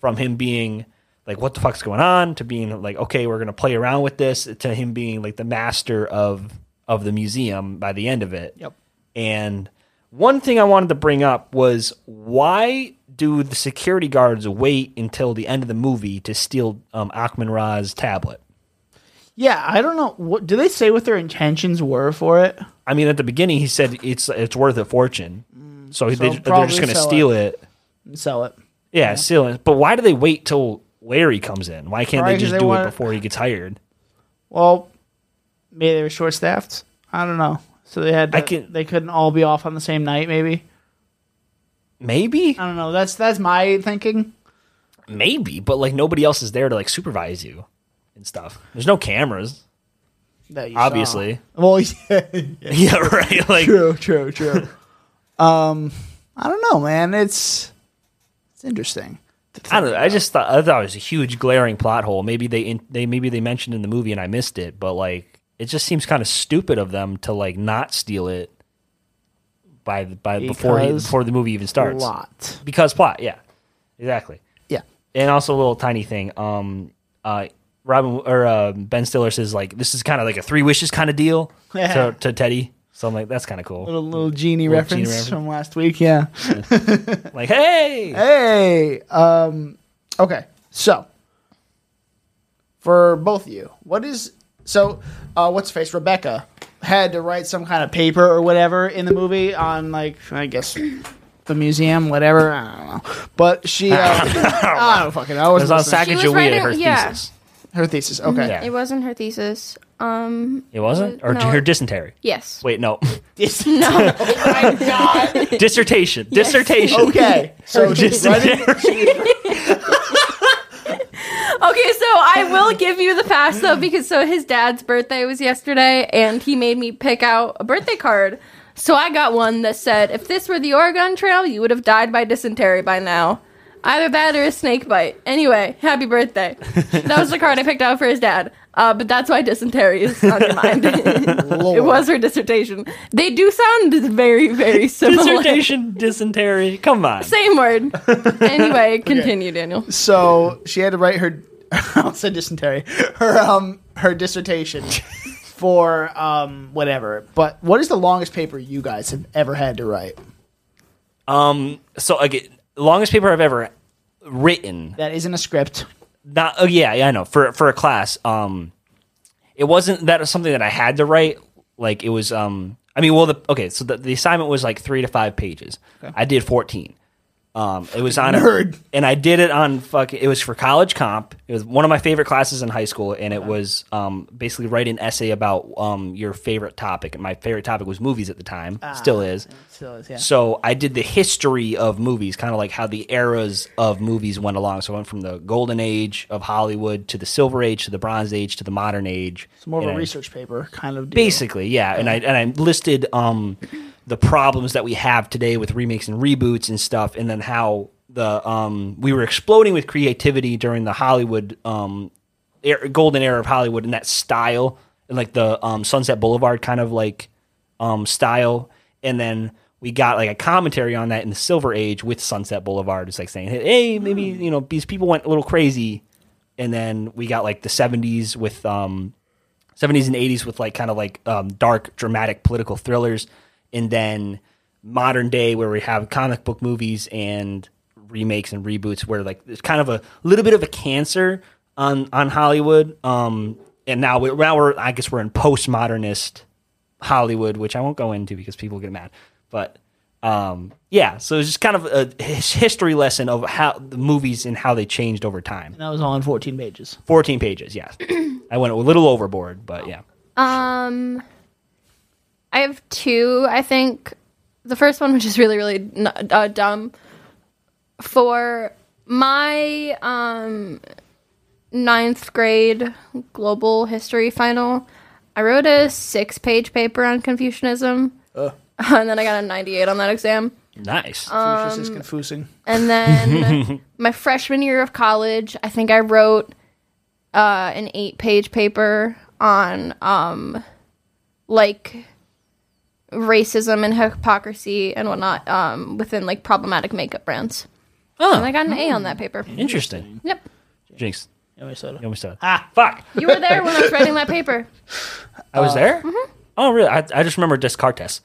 Speaker 3: from him being like what the fuck's going on to being like okay we're gonna play around with this to him being like the master of of the museum by the end of it.
Speaker 2: Yep.
Speaker 3: And one thing I wanted to bring up was why do the security guards wait until the end of the movie to steal um, Akhman Ra's tablet?
Speaker 2: Yeah, I don't know. What do they say? What their intentions were for it?
Speaker 3: I mean, at the beginning he said it's it's worth a fortune, so, they, they're
Speaker 2: Mm. probably
Speaker 3: just gonna
Speaker 2: sell
Speaker 3: steal it.
Speaker 2: And sell it.
Speaker 3: Yeah, sealant. But why do they wait till Larry comes in? Why can't
Speaker 2: Probably
Speaker 3: they just
Speaker 2: 'cause they
Speaker 3: do
Speaker 2: want-
Speaker 3: it before he gets hired?
Speaker 2: Well, maybe they were short staffed. I don't know. So they had. To,
Speaker 3: I can-
Speaker 2: They couldn't all be off on the same night. Maybe.
Speaker 3: Maybe,
Speaker 2: I don't know. That's that's my thinking.
Speaker 3: maybe, but like nobody else is there to like supervise you and stuff. There's no cameras,
Speaker 2: That you saw.
Speaker 3: obviously.
Speaker 2: Well, yeah,
Speaker 3: yeah, right. Like
Speaker 2: true, true, true. um, I don't know, man. It's it's interesting.
Speaker 3: I don't know. I just thought I thought it was a huge glaring plot hole. Maybe they in, they maybe they mentioned in the movie and I missed it, but like it just seems kind of stupid of them to like not steal it by the- by before he,
Speaker 2: Because
Speaker 3: before the movie even starts.
Speaker 2: lot.
Speaker 3: Because plot, yeah, exactly.
Speaker 2: Yeah.
Speaker 3: and also a little tiny thing. Um, uh, Robin or uh, Ben Stiller says like this is kind of like a three wishes kind of deal to, to Teddy. So I'm like, that's kind of cool.
Speaker 2: Little little genie
Speaker 3: Little
Speaker 2: reference
Speaker 3: genie reference.
Speaker 2: from last week. Yeah.
Speaker 3: Like, hey,
Speaker 2: Hey. Um. Okay. So for both of you, what is so? Uh, what's her face Rebecca had to write some kind of paper or whatever in the movie on like I guess. The museum, whatever, I don't know. But she, uh, I don't fucking know. I
Speaker 3: it was
Speaker 2: wasn't
Speaker 3: on
Speaker 2: listening.
Speaker 1: She was
Speaker 3: Sacagawea
Speaker 1: writing-
Speaker 3: her
Speaker 1: yeah.
Speaker 3: thesis.
Speaker 2: her thesis. Okay,
Speaker 3: Yeah.
Speaker 1: It wasn't her thesis. Um,
Speaker 3: It wasn't, or
Speaker 1: No.
Speaker 3: her dysentery.
Speaker 1: yes.
Speaker 3: Wait, no,
Speaker 1: No.
Speaker 3: dissertation, dissertation.
Speaker 1: Oh,
Speaker 2: Okay. So just
Speaker 1: Okay, so I will give you the pass though, because so his dad's birthday was yesterday, and he made me pick out a birthday card. So I got one that said, "If this were the Oregon Trail, you would have died by dysentery by now, either that or a snake bite." Anyway, happy birthday. that was the card I picked out for his dad. Uh, but that's why dysentery is on your mind. it was her dissertation. They do sound very, very similar.
Speaker 3: dissertation, dysentery. Come on.
Speaker 1: Same word. Anyway, continue, Daniel.
Speaker 2: so she had to write her I almost said dysentery. Her um her dissertation for um whatever. But what is the longest paper you guys have ever had to write?
Speaker 3: Um, so again, longest paper I've ever written.
Speaker 2: That isn't a script.
Speaker 3: not oh yeah, yeah I know for for a class um it wasn't that was something that I had to write like it was um I mean well the okay so the, the assignment was like 3 to 5 pages I did 14 um it was on
Speaker 2: Nerd.
Speaker 3: a, and I did it on fucking it was for college comp it was one of my favorite classes in high school and it was um basically write an essay about um your favorite topic and my favorite topic was movies at the time still is
Speaker 2: So yeah.
Speaker 3: so I did the history of movies, kind of like how the eras of movies went along. So I went from the golden age of Hollywood to the silver age to the bronze age to the modern age.
Speaker 2: It's more of
Speaker 3: And
Speaker 2: a
Speaker 3: I-
Speaker 2: research paper kind of deal.
Speaker 3: Basically, yeah. And I and I listed um the problems that we have today with remakes and reboots and stuff, and then how the um we were exploding with creativity during the Hollywood um er- golden era of Hollywood and that style and like the um Sunset Boulevard kind of like um style, and then. We got like a commentary on that in the Silver Age with Sunset Boulevard. It's like saying, "Hey, maybe
Speaker 2: Hmm.
Speaker 3: you know these people went a little crazy," and then we got like the '70s with um, 70s and 80s with like kind of like um, dark dramatic political thrillers and then modern day where we have comic book movies and remakes and reboots where like it's kind of a little bit of a cancer on on Hollywood. Um, and now we, now we're I guess we're in postmodernist Hollywood, which I won't go into because people get mad. But um, yeah, so it's just kind of a his history lesson of how the movies and how they changed over time.
Speaker 6: That was all in 14 pages.
Speaker 3: Fourteen pages, yes. I went a little overboard, but yeah.
Speaker 1: Um, I have two. I think the first one, which is really really n- uh, dumb, for my um ninth grade global history final, I wrote a six page paper on Confucianism, and then I got a ninety eight on that exam.
Speaker 3: Nice.
Speaker 1: Um,
Speaker 2: Confucius is confusing.
Speaker 1: And then my freshman year of college, I think I wrote uh, an eight page paper on um, like racism and hypocrisy and whatnot um, within like problematic makeup brands.
Speaker 3: Oh.
Speaker 1: And I got an A on that paper.
Speaker 3: Interesting.
Speaker 1: Yep.
Speaker 3: Jinx.
Speaker 6: Yeah, we said it.
Speaker 3: You almost said. Ah, fuck.
Speaker 1: You were there when I was writing that paper.
Speaker 3: I
Speaker 1: Uh,
Speaker 3: was there.
Speaker 1: mm-hmm.
Speaker 3: Oh, really? I, I just remember Descartes.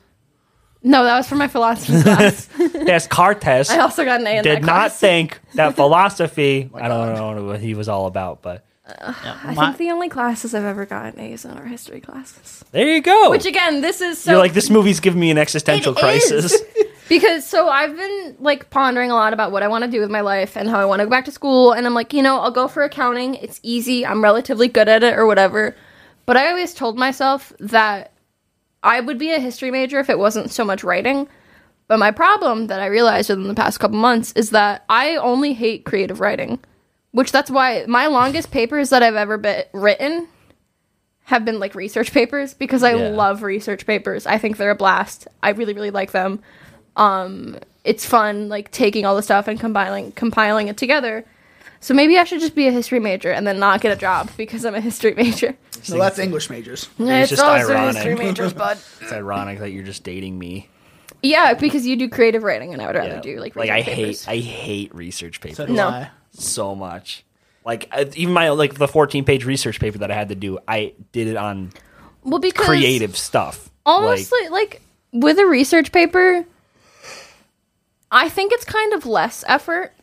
Speaker 1: No, that was for my philosophy class.
Speaker 3: Descartes
Speaker 1: I also got an A in
Speaker 3: did
Speaker 1: that Oh
Speaker 3: not
Speaker 1: class.
Speaker 3: think that philosophy. I don't know what he was all about, but
Speaker 1: I
Speaker 6: My-
Speaker 1: think the only classes I've ever gotten A's in are history classes.
Speaker 3: there you go.
Speaker 1: Which again, this is so
Speaker 3: You're like this movie's giving me an existential
Speaker 1: It
Speaker 3: crisis.
Speaker 1: is. because so I've been like pondering a lot about what I want to do with my life and how I want to go back to school. And I'm like, you know, I'll go for accounting. It's easy. I'm relatively good at it or whatever. But I always told myself that I would be a history major if it wasn't so much writing. But my problem that I realized within the past couple months is that I only hate creative writing, which that's why my longest papers that I've ever been written have been like research papers because I
Speaker 3: Yeah.
Speaker 1: love research papers. I think they're a blast. I really really like them. Um it's fun like taking all the stuff and compiling compiling it together. So maybe I should just be a history major and then not get a job because I'm a history major.
Speaker 2: No, that's English majors.
Speaker 1: It's,
Speaker 3: just
Speaker 1: also
Speaker 3: ironic.
Speaker 1: history majors, bud.
Speaker 3: it's ironic that you're just dating me. yeah.
Speaker 1: Yeah, because you do creative writing, and I would rather do like
Speaker 3: I
Speaker 1: research papers.
Speaker 3: hate I hate research papers
Speaker 2: So
Speaker 3: so,
Speaker 2: do
Speaker 1: No.
Speaker 2: I.
Speaker 3: much. Like I- even my like the 14 page research paper that I had to do, I did it on
Speaker 1: well because
Speaker 3: creative stuff.
Speaker 1: almost like,
Speaker 3: Like,
Speaker 1: like with a research paper i think it's kind of less effort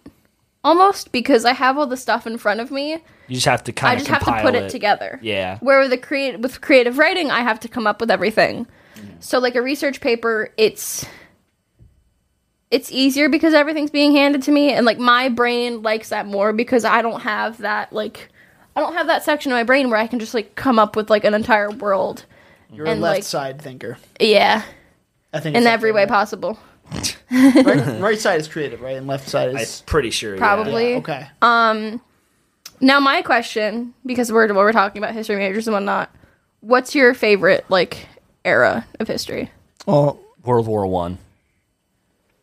Speaker 1: almost because i have all the stuff in front of me
Speaker 3: you just have
Speaker 1: i
Speaker 3: to kind of
Speaker 1: just have to put it,
Speaker 3: it
Speaker 1: together
Speaker 3: Yeah.
Speaker 1: where with the create with creative writing i have to come up with everything so like a research paper it's it's easier because everything's being handed to me and like my brain likes that more because i don't have that like i don't have that section of my brain where i can just like come up with like an entire world
Speaker 2: You're
Speaker 1: And,
Speaker 2: a left
Speaker 1: like-
Speaker 2: side thinker.
Speaker 1: yeah
Speaker 2: I think
Speaker 1: in
Speaker 2: it's
Speaker 1: every way
Speaker 2: like-
Speaker 1: possible
Speaker 2: Right, right side is creative, right? And left side
Speaker 3: I'm
Speaker 2: is
Speaker 3: pretty sure. yeah.
Speaker 1: probably
Speaker 2: okay.
Speaker 1: now my question because we're we're talking about history majors and whatnot what's your favorite like era of history
Speaker 2: well,
Speaker 3: World War One.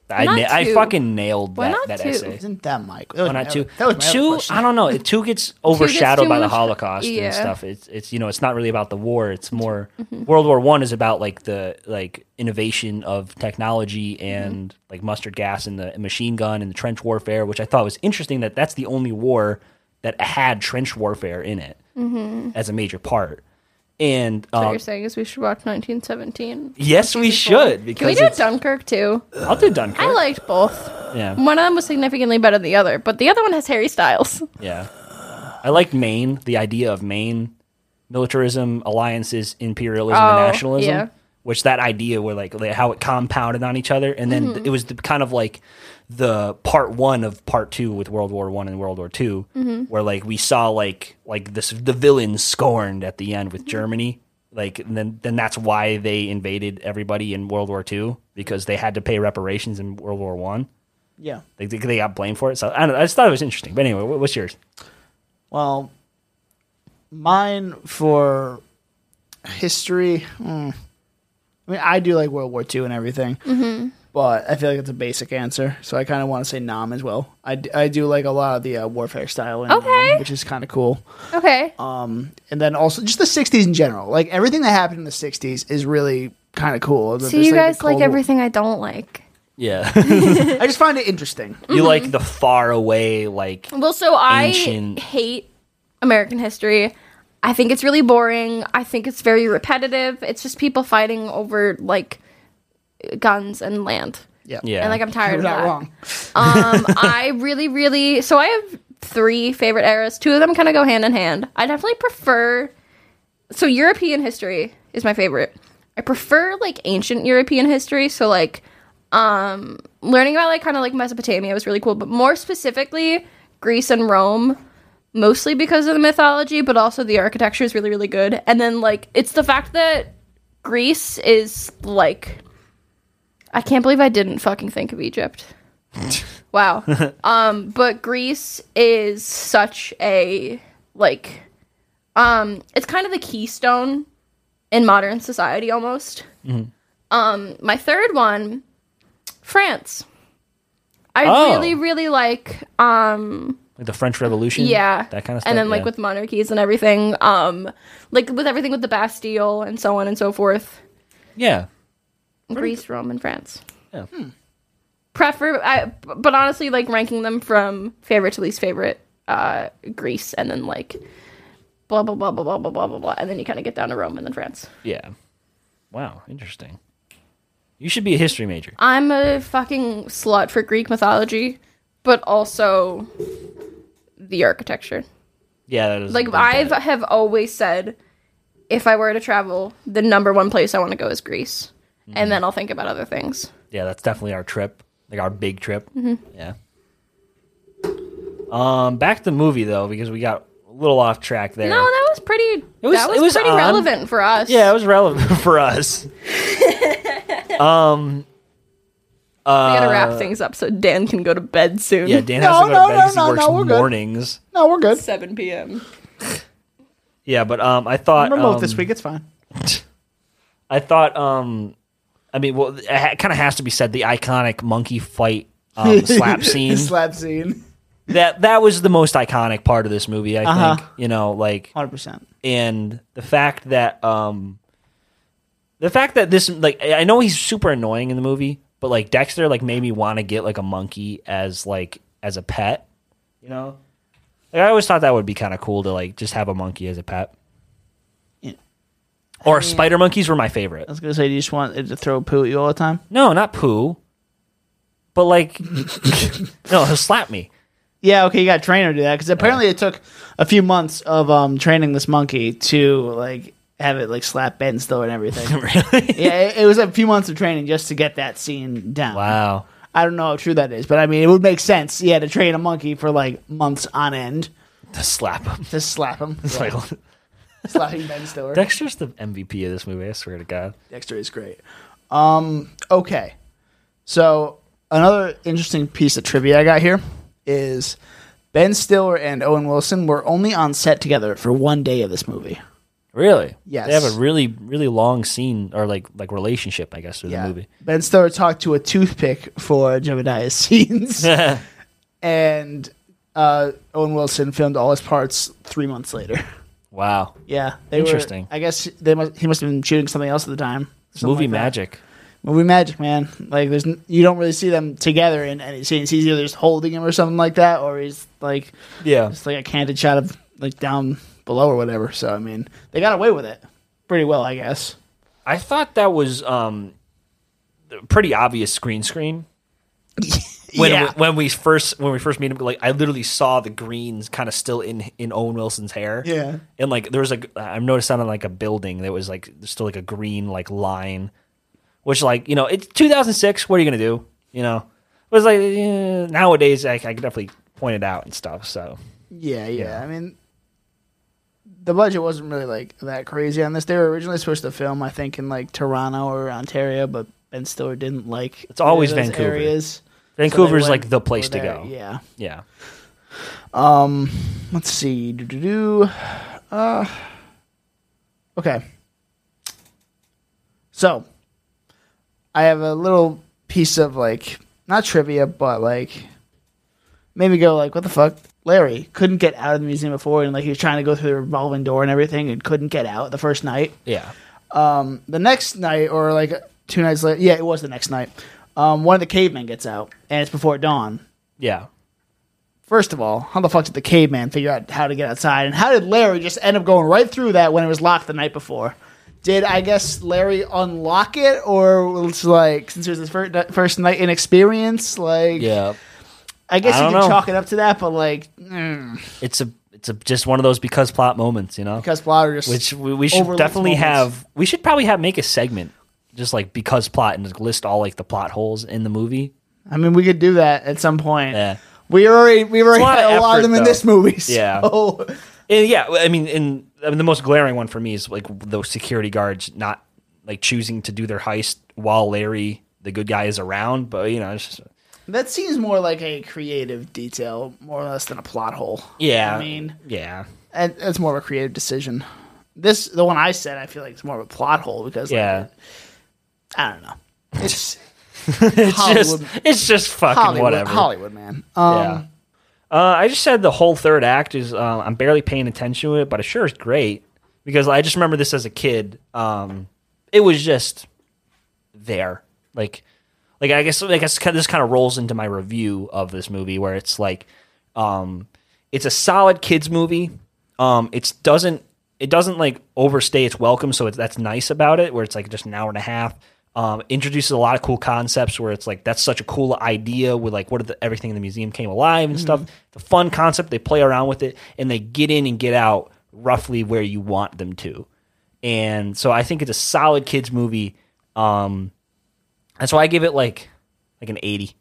Speaker 3: I,
Speaker 1: Not
Speaker 3: na- I
Speaker 1: two.
Speaker 3: fucking nailed
Speaker 1: Why
Speaker 3: that,
Speaker 1: not
Speaker 3: that
Speaker 1: two?
Speaker 3: essay.
Speaker 2: isn't that Mike?
Speaker 3: Why not two?
Speaker 2: That was my
Speaker 3: Oh,
Speaker 2: other
Speaker 3: two.
Speaker 2: question.
Speaker 3: I don't know. It, two gets overshadowed
Speaker 1: too
Speaker 3: by the
Speaker 1: much-
Speaker 3: Holocaust
Speaker 1: yeah. Mm-hmm.
Speaker 3: and stuff. It's it's you know it's not really about the war. It's more World War One is about like the like innovation of technology and
Speaker 1: Mm-hmm.
Speaker 3: like mustard gas and the machine gun and the trench warfare, which I thought was interesting. That that's the only war that had trench warfare in it
Speaker 1: Mm-hmm.
Speaker 3: as a major part. And
Speaker 1: what
Speaker 3: um,
Speaker 1: you're saying is we should watch 1917
Speaker 3: yes, we should because
Speaker 1: can we do
Speaker 3: it's-
Speaker 1: dunkirk too
Speaker 3: I'll do Dunkirk.
Speaker 1: i liked both
Speaker 3: yeah.
Speaker 1: one of them was significantly better than the other but the other one has harry styles
Speaker 3: Yeah. I like Maine, the idea of Maine militarism, alliances, imperialism, and
Speaker 1: Oh,
Speaker 3: nationalism,
Speaker 1: yeah.
Speaker 3: which that idea were like like how it compounded on each other. And then
Speaker 1: Mm-hmm.
Speaker 3: it was the, kind of like the part one of part two with World War One and World War 2
Speaker 1: Mm-hmm.
Speaker 3: where like we saw like like this the villains scorned at the end
Speaker 1: Mm-hmm.
Speaker 3: with Germany. Like and then then that's why they invaded everybody in World War Two because they had to pay reparations in World War One.
Speaker 2: Yeah.
Speaker 3: They, they, they got blamed for it. So I, don't know, I just thought it was interesting. But anyway, what, what's yours?
Speaker 2: Well, mine for history. hmm. I mean, I do like World War II and everything, but I feel like it's a basic answer. So I kind of want to say Nam as well. I, d- I do like a lot of the uh, warfare style, in Nam,
Speaker 1: Okay.
Speaker 2: which is kind of cool.
Speaker 1: okay
Speaker 3: Uh,
Speaker 2: And then also just the '60s in general. Like everything that happened in the '60s is really kind of cool.
Speaker 1: so you guys like everything i don't like
Speaker 3: Yeah.
Speaker 2: I just find it interesting.
Speaker 1: Mm-hmm.
Speaker 3: you like the far away, like,
Speaker 1: Well, so I
Speaker 3: ancient-
Speaker 1: hate American history. I think it's really boring. I think it's very repetitive. It's just people fighting over like guns and land.
Speaker 2: Yeah.
Speaker 3: yeah.
Speaker 1: And like I'm tired of
Speaker 2: You're not
Speaker 1: that.
Speaker 2: wrong.
Speaker 1: Um I really really so I have three favorite eras. Two of them kind of go hand in hand. I definitely prefer. So European history is my favorite. I prefer like ancient European history. So like, um, learning about like kind of like Mesopotamia was really cool, but more specifically Greece and Rome mostly because of the mythology, but also the architecture is really, really good. And then like it's the fact that Greece is like I can't believe I didn't fucking think of Egypt. wow. um, but Greece is such a like um it's kind of the keystone in modern society almost.
Speaker 3: Mm-hmm.
Speaker 1: Um, my third one, France. I
Speaker 3: Oh.
Speaker 1: really, really like um
Speaker 3: Like the French Revolution.
Speaker 1: yeah
Speaker 3: That kind of stuff.
Speaker 1: and then like
Speaker 3: yeah.
Speaker 1: with monarchies and everything um like with everything with the bastille and so on and so forth
Speaker 3: Yeah.
Speaker 1: greece rome and france
Speaker 3: Yeah.
Speaker 1: prefer I, but honestly like ranking them from favorite to least favorite uh greece and then like blah blah blah blah blah blah blah blah blah and then you kind of get down to rome and then france
Speaker 3: Yeah. Wow. Interesting. You should be a history major.
Speaker 1: i'm a fucking slut for greek mythology but also the architecture
Speaker 3: Yeah. That is
Speaker 1: like I've have always said, if I were to travel, the number one place I want to go is Greece,
Speaker 3: Mm-hmm.
Speaker 1: and then I'll think about other things.
Speaker 3: Yeah, that's definitely our trip. Like our big trip.
Speaker 1: Mm-hmm.
Speaker 3: Yeah. Um, back to the movie though, because we got a little off track there.
Speaker 1: No, that was pretty.
Speaker 3: It was-
Speaker 1: that was,
Speaker 3: it was
Speaker 1: pretty
Speaker 3: on.
Speaker 1: relevant for us.
Speaker 3: Yeah, it was relevant for us.
Speaker 1: we gotta
Speaker 2: Uh,
Speaker 1: wrap things up so Dan can go to bed soon.
Speaker 3: Yeah, Dan
Speaker 2: No,
Speaker 3: has to go
Speaker 2: no,
Speaker 3: to bed
Speaker 2: no,
Speaker 3: 'cause
Speaker 2: no,
Speaker 3: he works
Speaker 2: no, we're good.
Speaker 3: mornings.
Speaker 2: No, we're good.
Speaker 1: seven p.m.
Speaker 3: Yeah, but um, I thought
Speaker 2: I'm remote
Speaker 3: um,
Speaker 2: this week. It's fine.
Speaker 3: I thought, um, I mean, well, it ha- kind of has to be said the iconic monkey fight um, slap scene.
Speaker 2: Slap scene.
Speaker 3: that that was the most iconic part of this movie. I
Speaker 2: Uh-huh.
Speaker 3: think you know, like,
Speaker 2: Hundred percent.
Speaker 3: and the fact that um, the fact that this like I I know he's super annoying in the movie, but like Dexter like made me want to get like a monkey as like as a pet. You know, like I always thought that would be kind of cool to like just have a monkey as a pet.
Speaker 2: Yeah.
Speaker 3: Or spider monkeys were my favorite.
Speaker 2: I was gonna say, do you just want it to throw poo at you all the time?
Speaker 3: No, not poo. But like, no, he'll slap me.
Speaker 2: Yeah, okay, you got trainer do that because apparently it took a few months of um training this monkey to like have it like slap Ben Stiller and everything.
Speaker 3: really?
Speaker 2: yeah, it, it was a few months of training just to get that scene down.
Speaker 3: Wow.
Speaker 2: I don't know how true that is, but I mean, it would make sense. He had to train a monkey for like months on end
Speaker 3: To slap him.
Speaker 2: to slap him,
Speaker 3: It's
Speaker 2: Yeah,
Speaker 3: like-
Speaker 2: slapping Ben Stiller.
Speaker 3: Dexter's the MVP of this movie, I swear to God.
Speaker 2: Dexter is great. Um, okay, so another interesting piece of trivia I got here is Ben Stiller and Owen Wilson were only on set together for one day of this movie.
Speaker 3: Really?
Speaker 2: Yes.
Speaker 3: They have a really, really long scene or like like relationship, I guess, through
Speaker 2: Yeah.
Speaker 3: the movie.
Speaker 2: Ben Stiller talked to a toothpick for Jebediah's scenes, and uh, Owen Wilson filmed all his parts three months later.
Speaker 3: Wow.
Speaker 2: Yeah, they were-
Speaker 3: Interesting.
Speaker 2: I guess they must, he must have been shooting something else at the time. Something
Speaker 3: movie
Speaker 2: like that.
Speaker 3: magic.
Speaker 2: movie magic, man. Like there's n- you don't really see them together in any scenes. He's either just holding him or something like that, or he's like
Speaker 3: Yeah.
Speaker 2: it's like a candid shot of like down below or whatever. So I mean, they got away with it pretty well, I guess.
Speaker 3: I thought that was um pretty obvious screen screen. When,
Speaker 2: Yeah.
Speaker 3: when we first when we first meet him, like I literally saw the greens kind of still in in Owen Wilson's hair.
Speaker 2: Yeah.
Speaker 3: and like there was like I noticed that on like a building that was like there's still like a green like line, which like you know it's 2006. What are you gonna do? You know, it was like eh, nowadays I, I could definitely point it out and stuff. So
Speaker 2: Yeah, yeah. I mean, the budget wasn't really like that crazy on this. They were originally supposed to film, I think, in like Toronto or Ontario, but Ben Stiller didn't like
Speaker 3: It's always
Speaker 2: those
Speaker 3: Vancouver.
Speaker 2: areas. So they went
Speaker 3: Vancouver's like the place to
Speaker 2: over there.
Speaker 3: go.
Speaker 2: Yeah.
Speaker 3: yeah.
Speaker 2: Um, let's see. Do do do. Uh, okay. So, I have a little piece of like not trivia, but like maybe go like what the fuck. Larry couldn't get out of the museum before, and like he was trying to go through the revolving door and everything, and couldn't get out the first night
Speaker 3: yeah.
Speaker 2: the next night or like two nights later yeah it was the next night um, one of the cavemen gets out and it's before dawn
Speaker 3: Yeah.
Speaker 2: first of all how the fuck did the caveman figure out how to get outside and how did larry just end up going right through that when it was locked the night before did i guess larry unlock it or was like since it was his fir- first night inexperience like
Speaker 3: Yeah.
Speaker 2: I guess
Speaker 3: I
Speaker 2: you can
Speaker 3: don't know.
Speaker 2: chalk it up to that, but like, mm,
Speaker 3: It's a it's a, just one of those because plot moments, you know.
Speaker 2: because Blotter just
Speaker 3: Which we, we should
Speaker 2: overlooked
Speaker 3: definitely
Speaker 2: moments.
Speaker 3: have. We should probably have make a segment just like because plot and just list all like the plot holes in the movie.
Speaker 2: I mean, we could do that at some point.
Speaker 3: Yeah.
Speaker 2: We already we already
Speaker 3: a lot
Speaker 2: had
Speaker 3: of
Speaker 2: a lot of
Speaker 3: effort,
Speaker 2: them in
Speaker 3: though.
Speaker 2: this movie.
Speaker 3: Yeah.
Speaker 2: so-
Speaker 3: And yeah, I mean, and I mean, the most glaring one for me is like those security guards not like choosing to do their heist while Larry, the good guy, is around. But you know, it's just,
Speaker 2: that seems more like a creative detail, more or less than a plot hole.
Speaker 3: yeah,
Speaker 2: I mean,
Speaker 3: yeah,
Speaker 2: and it's more of a creative decision. This the one I said. I feel like it's more of a plot hole because like,
Speaker 3: yeah.
Speaker 2: I don't know. It's
Speaker 3: It's just,
Speaker 2: Hollywood,
Speaker 3: it's just fucking
Speaker 2: Hollywood,
Speaker 3: whatever.
Speaker 2: Hollywood man. Um,
Speaker 3: Yeah. Uh, I just said the whole third act is uh, I'm barely paying attention to it, but it sure is great because I just remember this as a kid. Um, it was just there, like, like I guess like guess this kind of rolls into my review of this movie where it's like, um, it's a solid kids movie. Um, it doesn't it doesn't like overstay its welcome, so it's, that's nice about it. Where it's like just an hour and a half. Um, introduces a lot of cool concepts where it's like that's such a cool idea with like what if the, everything in the museum came alive and stuff. The fun concept they play around with it and they get in and get out roughly where you want them to. And so I think it's a solid kids movie. Um, and so I give it like like an eighty.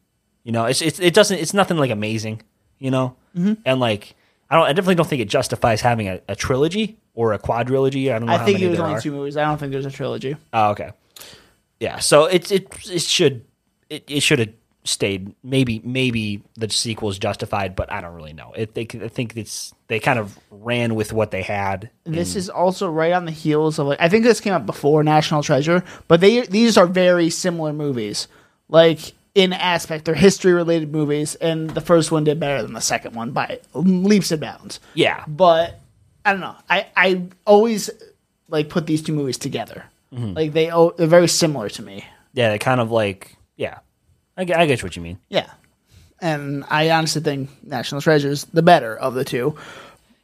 Speaker 3: You know, it's, it's it doesn't it's nothing like amazing. You know,
Speaker 2: Mm-hmm.
Speaker 3: and like I don't I definitely don't think it justifies having a, a trilogy or a quadrilogy. I don't know.
Speaker 2: I
Speaker 3: how
Speaker 2: think
Speaker 3: many
Speaker 2: it was
Speaker 3: there
Speaker 2: only
Speaker 3: are.
Speaker 2: two movies. I don't think there's a trilogy.
Speaker 3: Oh, okay. Yeah, so it's it it should it, it should have stayed. Maybe maybe the sequel is justified, but I don't really know. It, they I think it's they kind of ran with what they had.
Speaker 2: This is also right on the heels of like I think this came out before National Treasure, but they these are very similar movies. Like in aspect, they're history related movies, and the first one did better than the second one by leaps and bounds.
Speaker 3: Yeah,
Speaker 2: But I don't know. I, I always like put these two movies together.
Speaker 3: Mm-hmm.
Speaker 2: Like they o- they're very similar to me.
Speaker 3: yeah, they kind of like yeah. I, get- I get what you mean.
Speaker 2: Yeah. And I honestly think National Treasure is the better of the two.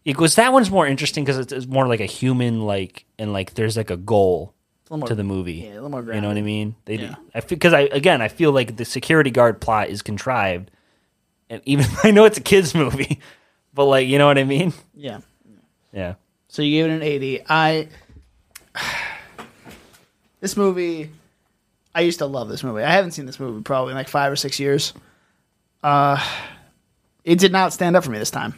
Speaker 3: Because that one's more interesting because it's, it's more like a human like and like there's like a goal
Speaker 2: A little more-
Speaker 3: to the movie.
Speaker 2: yeah, a little more
Speaker 3: You know what I
Speaker 2: grounded.
Speaker 3: mean? They
Speaker 2: Yeah.
Speaker 3: I because I again I feel like the security guard plot is contrived, and even I know it's a kids movie, but like you know what I mean?
Speaker 2: Yeah.
Speaker 3: Yeah.
Speaker 2: So you gave it an 80. I This movie I used to love this movie. I haven't seen this movie probably in like 5 or 6 years. Uh it did not stand up for me this time.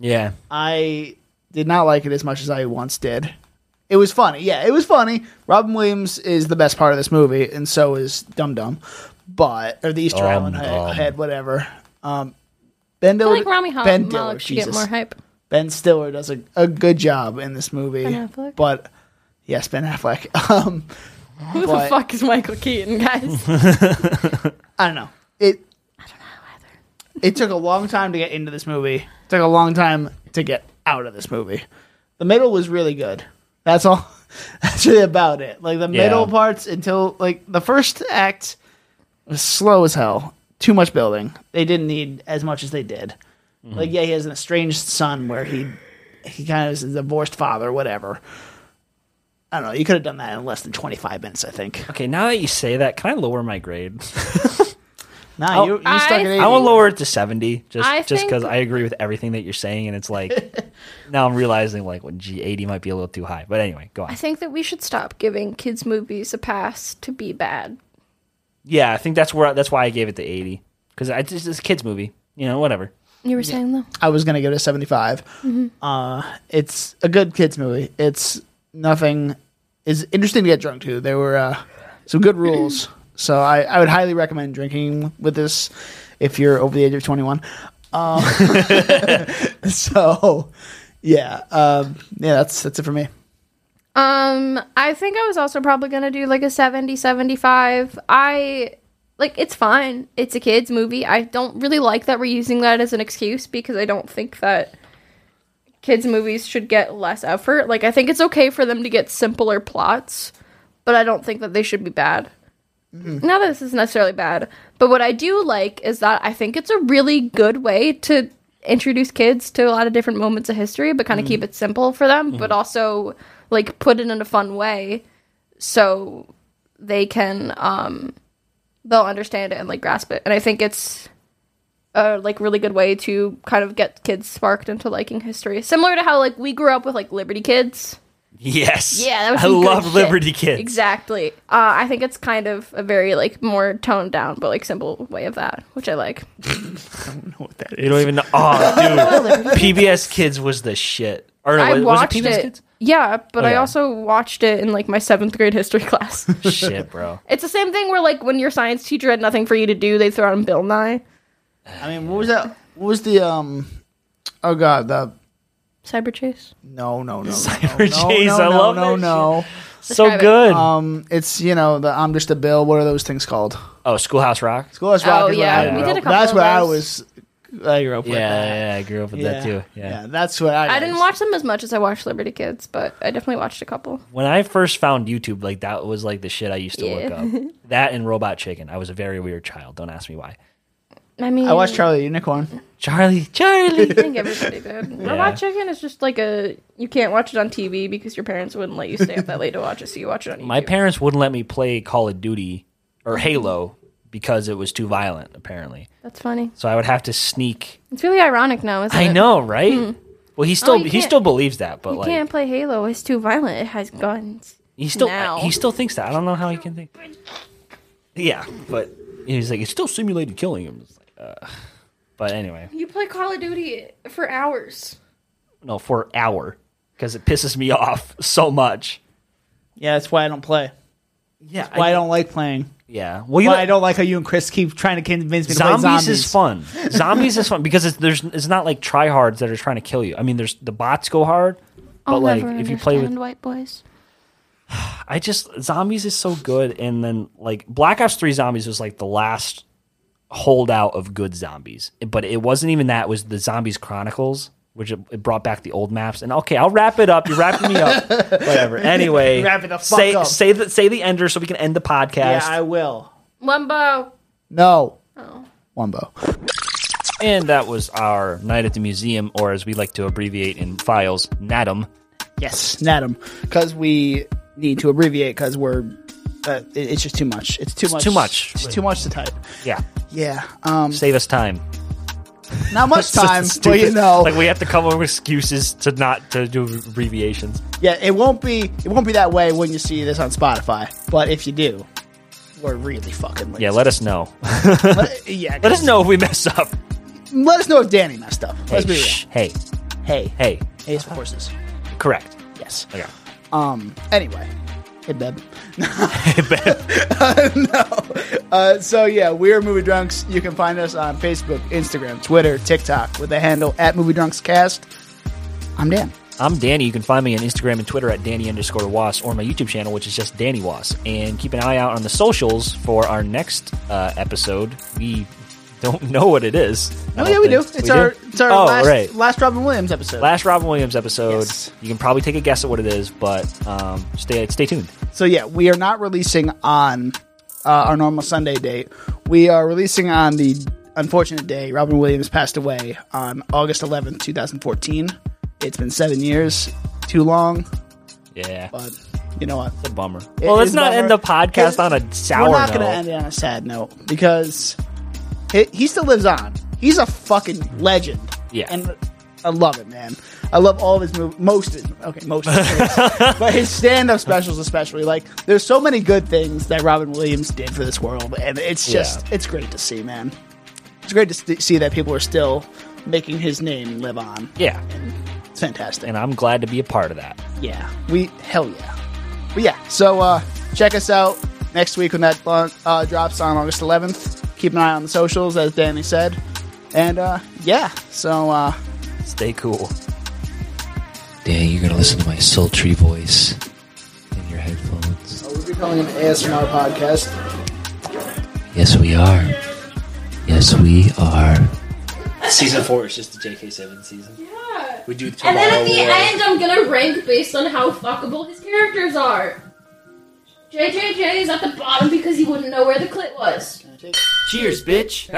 Speaker 3: Yeah.
Speaker 2: I did not like it as much as I once did. It was funny. Yeah, it was funny. Robin Williams is the best part of this movie, and so is Dum Dum. But or the Easter
Speaker 3: Dum
Speaker 2: Island he-
Speaker 3: Dum.
Speaker 2: head, whatever. Um Ben
Speaker 1: I
Speaker 2: Diller,
Speaker 1: feel like Rami Ha-
Speaker 2: Ben Diller,
Speaker 1: Malek should get
Speaker 2: Jesus.
Speaker 1: more hype.
Speaker 2: Ben Stiller does a, a good job in this movie.
Speaker 1: Ben Affleck?
Speaker 2: But yes, Ben Affleck. Um
Speaker 1: Who the
Speaker 2: But-
Speaker 1: fuck is Michael Keaton, guys?
Speaker 2: I don't know. It it took a long time to get into this movie. It took a long time to get out of this movie. The middle was really good. That's all. That's really about it. Like the
Speaker 3: Yeah.
Speaker 2: middle parts until like the first act was slow as hell. Too much building. They didn't need as much as they did.
Speaker 3: Mm-hmm.
Speaker 2: Like yeah, he has an estranged son where he he kind of is a divorced father, whatever. I don't know. You could have done that in less than twenty five minutes, I think.
Speaker 3: Okay. Now that you say that, can I lower my grade?
Speaker 2: Nah, you, you stuck
Speaker 1: I-
Speaker 2: at eighty.
Speaker 3: Oh, I want to lower it to seventy, just
Speaker 1: I
Speaker 3: just because
Speaker 1: think-
Speaker 3: I agree with everything that you're saying, and it's like now I'm realizing like what G eighty might be a little too high. But anyway, go on.
Speaker 1: I think that we should stop giving kids movies a pass to be bad.
Speaker 3: Yeah, I think that's where that's why I gave it the eighty because it's just it's a kids movie. You know, whatever.
Speaker 1: You were saying though.
Speaker 2: I was gonna go to seventy
Speaker 3: Mm-hmm.
Speaker 2: Uh, it's a good kids movie. It's nothing. It's interesting to get drunk to. There were uh, some good rules, so I, I would highly recommend drinking with this if you're over the age of twenty one. Um, so yeah, um, yeah, that's that's it for me.
Speaker 1: Um, I think I was also probably gonna do like a 70, 75. I like it's fine. It's a kids movie. I don't really like that we're using that as an excuse because I don't think that kids movies should get less effort. Like I think it's okay for them to get simpler plots, but I don't think that they should be bad. Not that this is necessarily bad, but what I do like is that I think it's a really good way to introduce kids to a lot of different moments of history, but kind of keep it simple for them, but also like put it in a fun way so they can um they'll understand it and like grasp it. And I think it's a like really good way to kind of get kids sparked into liking history. Similar to how like we grew up with like Liberty Kids.
Speaker 3: Yes.
Speaker 1: Yeah, that was
Speaker 3: I
Speaker 1: some good
Speaker 3: love
Speaker 1: shit.
Speaker 3: Liberty Kids.
Speaker 1: Exactly. Uh, I think it's kind of a very like more toned down but like simple way of that, which I like.
Speaker 3: You don't even know. Oh, dude. PBS Kids was the shit. Or no,
Speaker 1: I
Speaker 3: was,
Speaker 1: watched
Speaker 3: was it PBS
Speaker 1: it.
Speaker 3: Kids? Oh,
Speaker 1: Yeah, but I
Speaker 3: yeah.
Speaker 1: also watched it in like my seventh grade history class.
Speaker 3: shit, bro.
Speaker 1: it's the same thing where like when your science teacher had nothing for you to do, they throw on Bill Nye.
Speaker 2: I mean, what was that? What was the um? Oh God, the
Speaker 1: Cyber Chase.
Speaker 2: no, no, no,
Speaker 3: Cyber
Speaker 2: no,
Speaker 3: Chase,
Speaker 2: no,
Speaker 3: I
Speaker 2: no,
Speaker 3: love
Speaker 2: no,
Speaker 3: that
Speaker 2: no.
Speaker 3: So
Speaker 1: Describe it.
Speaker 3: good.
Speaker 2: Um, it's you know the I'm just a bill. What are those things called?
Speaker 3: oh, Schoolhouse Rock.
Speaker 2: Schoolhouse Rock.
Speaker 1: Oh,
Speaker 2: is what
Speaker 1: yeah,
Speaker 2: I grew
Speaker 3: we
Speaker 1: did a
Speaker 2: up-
Speaker 1: couple
Speaker 2: That's
Speaker 1: of
Speaker 2: what I
Speaker 1: those.
Speaker 2: was. I grew up with. that.
Speaker 3: Yeah, yeah, I grew up with that too. Yeah.
Speaker 2: that's what I.
Speaker 1: I didn't watch them as much as I watched Liberty Kids, but I definitely watched a couple.
Speaker 3: When I first found YouTube, like that was like the shit I used to look up. That and Robot Chicken. I was a very weird child. Don't ask me why.
Speaker 1: I mean,
Speaker 2: I watched Charlie the Unicorn.
Speaker 3: Charlie, Charlie.
Speaker 1: I think everybody did. Robot Chicken is just like a you can't watch it on TV because your parents wouldn't let you stay up that late to watch it, so you watch it on YouTube.
Speaker 3: My parents wouldn't let me play Call of Duty or Halo because it was too violent, apparently.
Speaker 1: That's funny.
Speaker 3: So I would have to sneak.
Speaker 1: It's really ironic now, isn't it?
Speaker 3: I know, right? Well, he still
Speaker 1: Hmm. Oh, you
Speaker 3: he
Speaker 1: can't-
Speaker 3: still believes that, but
Speaker 1: You
Speaker 3: like
Speaker 1: can't play Halo. It's too violent. It has guns.
Speaker 3: He still
Speaker 1: now.
Speaker 3: he still thinks that. I don't know how he can think. Yeah, but he's like it's still simulated killing him. It's like, uh, but anyway,
Speaker 1: You play Call of Duty for hours.
Speaker 3: no, for an hour because it pisses me off so much.
Speaker 2: Yeah, that's why I don't play.
Speaker 3: Yeah,
Speaker 2: Why I, don't like playing.
Speaker 3: yeah. Well, you
Speaker 2: Why I don't like how you and Chris keep trying to convince me to
Speaker 3: zombies,
Speaker 2: play zombies.
Speaker 3: is fun. zombies is fun because it's there's it's not like tryhards that are trying to kill you. I mean, there's the bots go hard, but
Speaker 1: I'll
Speaker 3: like
Speaker 1: never
Speaker 3: if you play with
Speaker 1: understand white boys,
Speaker 3: I just zombies is so good, and then like Black Ops Three Zombies was like the last holdout of good zombies, but it wasn't even that. It was the Zombies Chronicles, which it, it brought back the old maps. And okay, I'll wrap it up. You're wrapping me up. Whatever. Anyway,
Speaker 2: Wrap it the fuck
Speaker 3: say
Speaker 2: up.
Speaker 3: say the say the ender so we can end the
Speaker 2: Yeah,
Speaker 3: podcast.
Speaker 2: I will. Oh.
Speaker 1: Lumbo.
Speaker 2: No. Wumbo.
Speaker 3: and that was our night at the museum, or as we like to abbreviate in files, NADM.
Speaker 2: Yes, Nadam. Because we need to abbreviate because we're. Uh, it- it's just too much. It's too much.
Speaker 3: too much.
Speaker 2: It's too much to type.
Speaker 3: Yeah,
Speaker 2: Yeah. Um.
Speaker 3: save us time.
Speaker 2: Not much
Speaker 3: So
Speaker 2: time, but
Speaker 3: stupid.
Speaker 2: you know.
Speaker 3: like we have to come up with excuses to not to do abbreviations.
Speaker 2: yeah, it won't be. It won't be that way when you see this on Spotify. But if you do, we're really fucking. Late.
Speaker 3: Yeah, let us know.
Speaker 2: Let, yeah.
Speaker 3: Let us know if we mess up.
Speaker 2: Let us know if Danny messed up. Let's
Speaker 3: hey,
Speaker 2: be real.
Speaker 3: shh, hey,
Speaker 2: Hey.
Speaker 3: hey,
Speaker 2: Hey, it's for horses.
Speaker 3: correct.
Speaker 2: Yes.
Speaker 3: Okay.
Speaker 2: Um. Anyway. Hey, babe. no. Uh, so yeah, we are Movie Drunks. You can find us on Facebook, Instagram, Twitter, TikTok with the handle at Movie Drunks Cast. I'm Dan.
Speaker 3: I'm Danny. You can find me on Instagram and Twitter at Danny underscore Was or my YouTube channel, which is just Danny Was. And keep an eye out on the socials for our next uh, episode. We don't know what it is. I
Speaker 2: Oh
Speaker 3: don't
Speaker 2: yeah, we do.
Speaker 3: think.
Speaker 2: It's our it's our
Speaker 3: oh,
Speaker 2: last,
Speaker 3: right.
Speaker 2: last Robin Williams episode.
Speaker 3: Last Robin Williams episode.
Speaker 2: Yes.
Speaker 3: You can probably take a guess at what it is, but um, stay stay tuned.
Speaker 2: So yeah, we are not releasing on uh, our normal Sunday date. We are releasing on the unfortunate day Robin Williams passed away on August 11th, 2014. It's been seven years, too long,
Speaker 3: Yeah,
Speaker 2: but you know what?
Speaker 3: it's a bummer. well,
Speaker 2: It
Speaker 3: let's
Speaker 2: is
Speaker 3: not
Speaker 2: bummer.
Speaker 3: end the podcast
Speaker 2: It's-
Speaker 3: on a sour
Speaker 2: We're not
Speaker 3: note.
Speaker 2: going to end it on a sad note because he, he still lives on. He's a fucking legend.
Speaker 3: Yeah.
Speaker 2: and I love it, man. I love all of his movies. Most of his, okay, most of his, but his stand-up specials, especially. Like, there's so many good things that Robin Williams did for this world, and it's just
Speaker 3: Yeah.
Speaker 2: it's great to see, man. It's great to st- see that people are still making his name live on.
Speaker 3: yeah,
Speaker 2: It's fantastic.
Speaker 3: and I'm glad to be a part of that.
Speaker 2: Yeah, we hell yeah. But yeah, so uh, check us out next week when that uh, drops on August 11th. Keep an eye on the socials, as Danny said, and uh, yeah. So uh,
Speaker 3: Stay cool.
Speaker 6: Dan, you're gonna listen to my sultry voice in your headphones.
Speaker 2: Oh, we'll be calling an ASMR podcast.
Speaker 6: Yes, we are. Yes, we are.
Speaker 4: Season four is just the JK seven season.
Speaker 1: Yeah.
Speaker 4: We do
Speaker 1: And
Speaker 4: tomorrow.
Speaker 1: then at the
Speaker 4: War.
Speaker 1: end, I'm gonna rank based on how fuckable his characters are. JJJ is at the bottom because he wouldn't know where the clit was.
Speaker 4: Cheers, bitch.